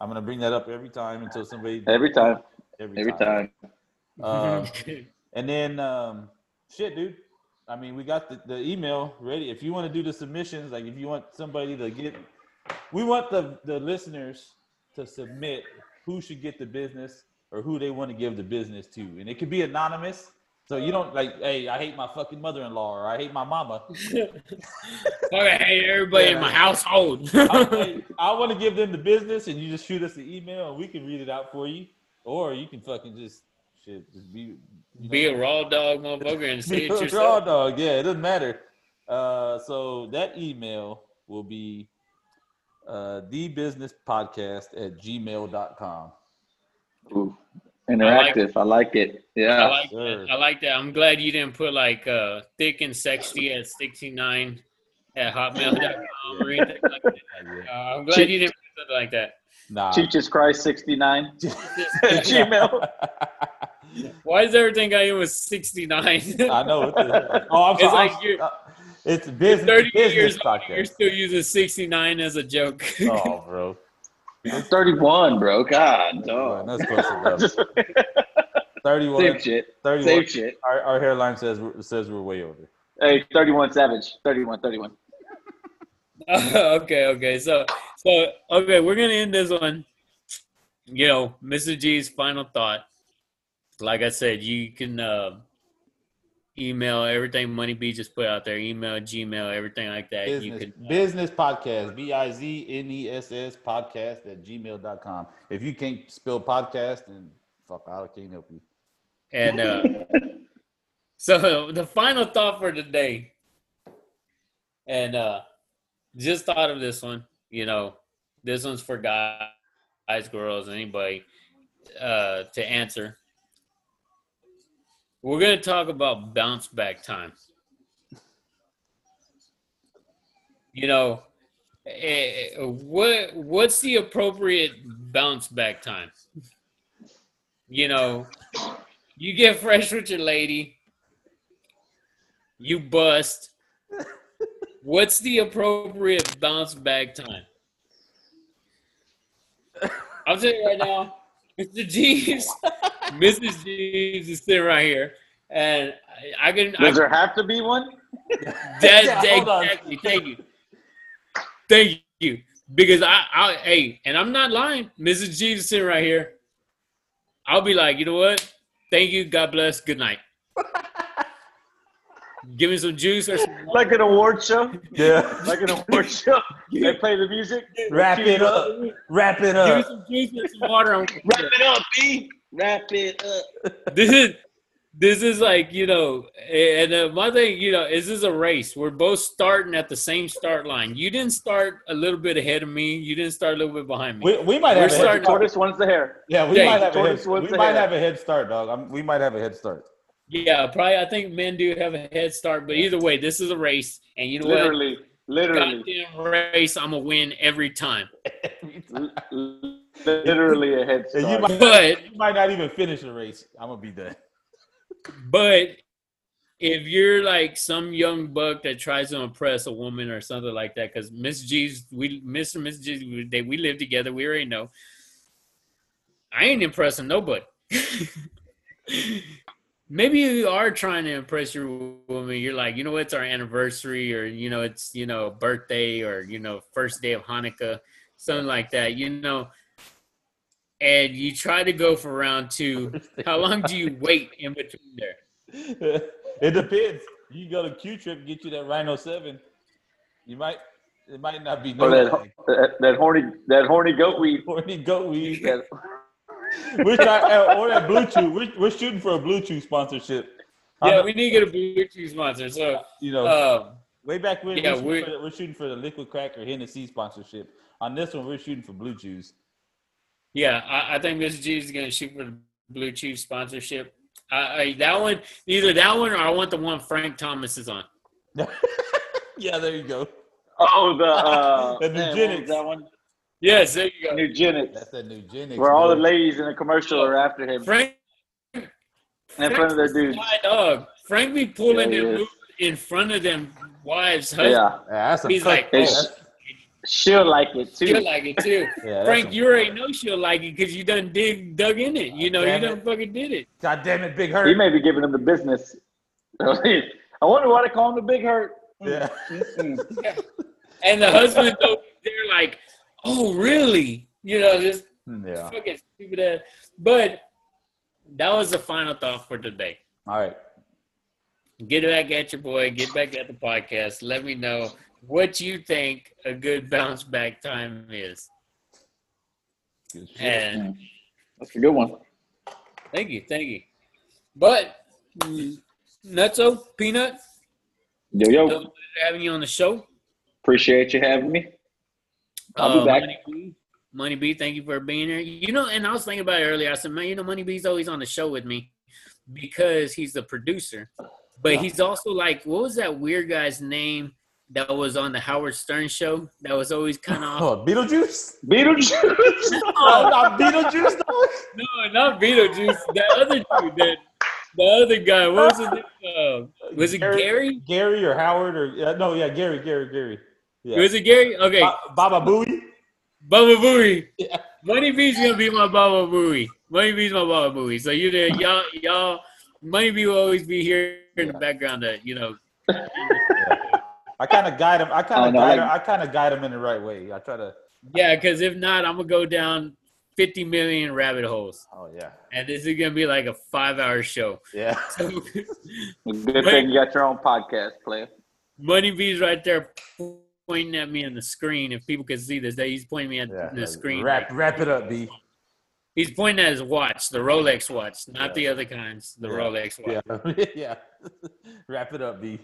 [SPEAKER 4] I'm gonna bring that up every time until somebody
[SPEAKER 5] Every time.
[SPEAKER 4] every,
[SPEAKER 5] Every time.
[SPEAKER 4] Um, and then, um, shit, dude. I mean, we got the, the email ready. If you want to do the submissions, like if you want somebody to get, we want the the listeners to submit who should get the business or who they want to give the business to, and it could be anonymous. So you don't like, hey, I hate my fucking mother-in-law or I hate my mama. Um,
[SPEAKER 3] Fuck, I hate everybody in my household.
[SPEAKER 4] I, hey, I want to give them the business, and you just shoot us an email, and we can read it out for you, or you can fucking just shit, just be you know,
[SPEAKER 3] Be a raw dog, motherfucker, and say
[SPEAKER 4] be
[SPEAKER 3] it
[SPEAKER 4] a raw
[SPEAKER 3] yourself.
[SPEAKER 4] dog. Yeah, it doesn't matter. Uh, so that email will be uh, thebusinesspodcast at gmail.com.
[SPEAKER 5] Ooh, interactive. I like it. Yeah.
[SPEAKER 3] I like
[SPEAKER 4] Sure.
[SPEAKER 3] that. I like that. I'm glad you didn't put like uh, thick and sexy at 69 at hotmail.com or anything like that. Uh, I'm glad you didn't put something like that.
[SPEAKER 4] Nah.
[SPEAKER 5] Teaches Christ 69 at Gmail.
[SPEAKER 3] Why is everything got in with 69?
[SPEAKER 4] I know. What the hell. Oh, I'm
[SPEAKER 3] It's
[SPEAKER 4] sorry.
[SPEAKER 3] like
[SPEAKER 4] I'm-
[SPEAKER 3] you're-
[SPEAKER 4] uh, it's business.
[SPEAKER 3] 30
[SPEAKER 4] business
[SPEAKER 3] years old, and you're
[SPEAKER 4] podcast.
[SPEAKER 3] still using 69 as a joke.
[SPEAKER 4] Oh, bro.
[SPEAKER 5] I'm 31, bro. God,
[SPEAKER 4] Oh,
[SPEAKER 5] dog.
[SPEAKER 4] that's close enough.
[SPEAKER 5] Just-
[SPEAKER 4] 31.
[SPEAKER 5] Same shit.
[SPEAKER 4] 31.
[SPEAKER 5] Same shit.
[SPEAKER 4] Our, our hairline says we're, says we're way over.
[SPEAKER 5] Hey, 31 Savage. 31, 31.
[SPEAKER 3] okay, okay. So, so okay, we're gonna end this one. You know, Mr. G's final thought. Like I said, you can uh, email everything Money B just put out there. Email, Gmail, everything like that. You uh,
[SPEAKER 4] Business,
[SPEAKER 3] can
[SPEAKER 4] business podcast, B I Z N E S S podcast at gmail.com. If you can't spell podcast, then fuck, I can't help you.
[SPEAKER 3] and uh, so the final thought for today, and uh, just thought of this one. You know, this one's for guys, girls, anybody uh, to answer. We're going to talk about bounce back time. You know, eh, what what's the appropriate bounce back time? You know, you get fresh with your lady, you bust. What's the appropriate bounce back time? I'll tell you right now, Mr. Jeeves, Mrs. Jeeves is sitting right here, and I, I can. I,
[SPEAKER 5] Does there have to be one?
[SPEAKER 3] that,
[SPEAKER 4] Yeah,
[SPEAKER 3] that-
[SPEAKER 4] hold on.
[SPEAKER 3] exactly. Thank you. Thank you. Because I, I, hey, and I'm not lying. Mrs. Jeeves is sitting right here. I'll be like, you know what? Thank you. God bless. Good night. Give me some juice or some.
[SPEAKER 5] Like an award show?
[SPEAKER 4] Yeah.
[SPEAKER 5] Like an award show? They play the music?
[SPEAKER 4] Wrap it up. Wrap it
[SPEAKER 3] Give me
[SPEAKER 4] up.
[SPEAKER 3] some juice and some water. and-
[SPEAKER 5] Wrap it up, B. Wrap it up.
[SPEAKER 3] this is this is like you know and uh, my thing you know is this is a race we're both starting at the same start line you didn't start a little bit ahead of me you didn't start a little bit behind me
[SPEAKER 4] We, we
[SPEAKER 3] We're
[SPEAKER 4] might have a head
[SPEAKER 3] starting-
[SPEAKER 4] start.
[SPEAKER 5] Tortoise wants the hair.
[SPEAKER 4] Yeah, we
[SPEAKER 3] Dave,
[SPEAKER 4] might have a
[SPEAKER 5] tortoise
[SPEAKER 4] head,
[SPEAKER 5] wants
[SPEAKER 4] we
[SPEAKER 5] to
[SPEAKER 4] might
[SPEAKER 5] head.
[SPEAKER 4] have a head start, dog. I'm, we might have a head start.
[SPEAKER 3] yeah probably i think men do have a head start but either way this is a race and you know
[SPEAKER 5] Literally.
[SPEAKER 3] what
[SPEAKER 5] Literally.
[SPEAKER 3] goddamn race i'm gonna win every time
[SPEAKER 5] L- Literally a head
[SPEAKER 4] And you
[SPEAKER 5] start.
[SPEAKER 4] might,
[SPEAKER 3] But-
[SPEAKER 4] you might not even finish the race. I'm gonna be done.
[SPEAKER 3] But if you're like some young buck that tries to impress a woman or something like that, because Miss G's, we Mr. and Miss G's, we- they we live together. We already know. I ain't impressing nobody. Maybe you are trying to impress your woman. You're like, you know, it's our anniversary, or you know, it's you know, birthday, or you know, first day of Hanukkah, something like that. You know, and you try to go for round two. How long do you wait in between there?
[SPEAKER 4] it depends. You go to Q Trip, get you that Rhino Seven. You might. It might not be
[SPEAKER 5] Or
[SPEAKER 4] no
[SPEAKER 5] that, that, that horny that horny goat weed.
[SPEAKER 4] horny goat weed.
[SPEAKER 5] That,
[SPEAKER 4] We're trying, or that Bluetooth. We're, we're shooting for a Bluetooth sponsorship. I
[SPEAKER 3] Yeah,
[SPEAKER 4] know-
[SPEAKER 3] we need to get a Bluetooth sponsor. So,
[SPEAKER 4] you know,
[SPEAKER 3] um,
[SPEAKER 4] way back when,
[SPEAKER 3] yeah,
[SPEAKER 4] we're, shooting
[SPEAKER 3] we're-
[SPEAKER 4] for the, we're shooting for the Liquid Cracker Hennessy sponsorship. On this one, we're shooting for Blue Chews.
[SPEAKER 3] yeah, I, I think Miss G is going to shoot for the Bluetooth sponsorship. I, I, that one, either that one or I want the one Frank Thomas is on.
[SPEAKER 4] yeah, there you go.
[SPEAKER 5] Oh, the uh,
[SPEAKER 4] The
[SPEAKER 5] man, what was
[SPEAKER 4] eugenics.
[SPEAKER 5] that one,
[SPEAKER 3] Yes, there you go.
[SPEAKER 5] eugenics,
[SPEAKER 4] That's that new Gen X.
[SPEAKER 5] where all the
[SPEAKER 4] boy.
[SPEAKER 5] ladies in the commercial are after him
[SPEAKER 3] Frank
[SPEAKER 5] in front of their dudes.
[SPEAKER 3] My dog. Frank be pulling
[SPEAKER 5] Yeah, he
[SPEAKER 3] them
[SPEAKER 5] is.
[SPEAKER 3] in front of them wives. Husband.
[SPEAKER 5] Yeah,
[SPEAKER 4] Yeah, that's a
[SPEAKER 3] He's
[SPEAKER 4] cut-
[SPEAKER 3] like,
[SPEAKER 4] oh,
[SPEAKER 5] It's-
[SPEAKER 4] that's-
[SPEAKER 5] she'll like it too.
[SPEAKER 3] She'll like it too.
[SPEAKER 4] Yeah, that's
[SPEAKER 3] Frank,
[SPEAKER 4] a-
[SPEAKER 3] you already know she'll like it because you done dig dug in it. You know, you
[SPEAKER 4] Damn
[SPEAKER 3] done
[SPEAKER 4] it.
[SPEAKER 3] fucking did it.
[SPEAKER 4] God damn it, Big
[SPEAKER 5] he
[SPEAKER 4] Hurt.
[SPEAKER 5] may be giving them the business. I wonder why they call him the Big Hurt.
[SPEAKER 4] Yeah.
[SPEAKER 5] Mm-mm.
[SPEAKER 3] And the husband though, they're like, Oh really? You know, just
[SPEAKER 4] yeah.
[SPEAKER 3] fucking stupid ass. But that was the final thought for today.
[SPEAKER 4] All right.
[SPEAKER 3] Get back at your boy, get back at the podcast. Let me know what you think a good bounce back time is.
[SPEAKER 4] Good shit.
[SPEAKER 3] And
[SPEAKER 5] That's a good one.
[SPEAKER 3] Thank you, thank you. But mm, Nutso Peanut,
[SPEAKER 5] Yo,
[SPEAKER 3] so
[SPEAKER 5] yo,
[SPEAKER 3] good having you on the show.
[SPEAKER 5] appreciate you having me. I'll be
[SPEAKER 3] Uh,
[SPEAKER 5] back.
[SPEAKER 3] Money B, Money B, thank you for being here. You know, and I was thinking about it earlier. I said, man, you know, Money B's always on the show with me because he's the producer, but he's also like, what was that weird guy's name that was on the Howard Stern show? That was always kind of off.
[SPEAKER 4] Oh, Beetlejuice?
[SPEAKER 5] Beetlejuice.
[SPEAKER 4] Oh, not Beetlejuice, dog.
[SPEAKER 3] no, not Beetlejuice. That other dude, that the other guy. What was his name? Uh, was it
[SPEAKER 4] Gary-
[SPEAKER 3] Gary?
[SPEAKER 4] Gary or Howard or yeah, no, yeah, Gary, Gary, Gary. Yeah.
[SPEAKER 3] Was it Gary? Okay.
[SPEAKER 4] Ba- Baba Booey.
[SPEAKER 3] Baba Booey.
[SPEAKER 4] Yeah.
[SPEAKER 3] Money B's gonna be my Baba Booey. Money B's my Baba Booey. So you there, y'all, y'all. Money B will always be here in the background. That you know,
[SPEAKER 4] I kind of guide him. I kind
[SPEAKER 5] Oh,
[SPEAKER 4] of
[SPEAKER 5] no,
[SPEAKER 4] guide.
[SPEAKER 5] like-
[SPEAKER 4] him- I kind of guide him in the right way. I try to.
[SPEAKER 3] yeah. Because if not, I'm gonna go down 50 million rabbit holes,
[SPEAKER 4] Oh yeah,
[SPEAKER 3] and this is gonna be like a five-hour show.
[SPEAKER 4] yeah.
[SPEAKER 3] So
[SPEAKER 5] Good thing you got your own podcast, player.
[SPEAKER 3] Money B's right there pointing at me on the screen. If people could see this, that he's pointing me at
[SPEAKER 4] yeah.
[SPEAKER 3] the screen.
[SPEAKER 4] Wrap, wrap it up, B.
[SPEAKER 3] He's pointing at his watch, the Rolex watch, not
[SPEAKER 4] Yeah.
[SPEAKER 3] the other kinds, the
[SPEAKER 4] Yeah.
[SPEAKER 3] Rolex watch.
[SPEAKER 4] Yeah, yeah. wrap it up, B.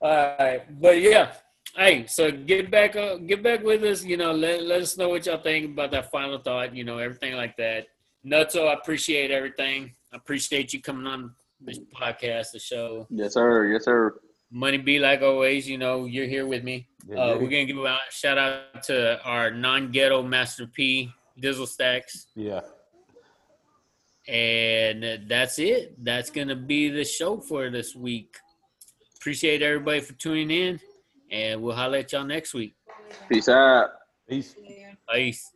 [SPEAKER 3] All right, but yeah, hey, so get back, uh, get back with us. You know, let let us know what y'all think about that final thought. You know, everything like that. Nutso, I appreciate everything. I appreciate you coming on this podcast, the show.
[SPEAKER 5] Yes, sir. Yes, sir.
[SPEAKER 3] Money be like always. You know, you're here with me.
[SPEAKER 4] Yeah,
[SPEAKER 3] Uh,
[SPEAKER 4] yeah.
[SPEAKER 3] we're gonna give out shout out to our non-ghetto master P Dizzle Stacks,
[SPEAKER 4] yeah.
[SPEAKER 3] and that's it. That's gonna be the show for this week. Appreciate everybody for tuning in, and we'll holler at y'all next week.
[SPEAKER 5] Peace out.
[SPEAKER 4] Peace.
[SPEAKER 3] Peace.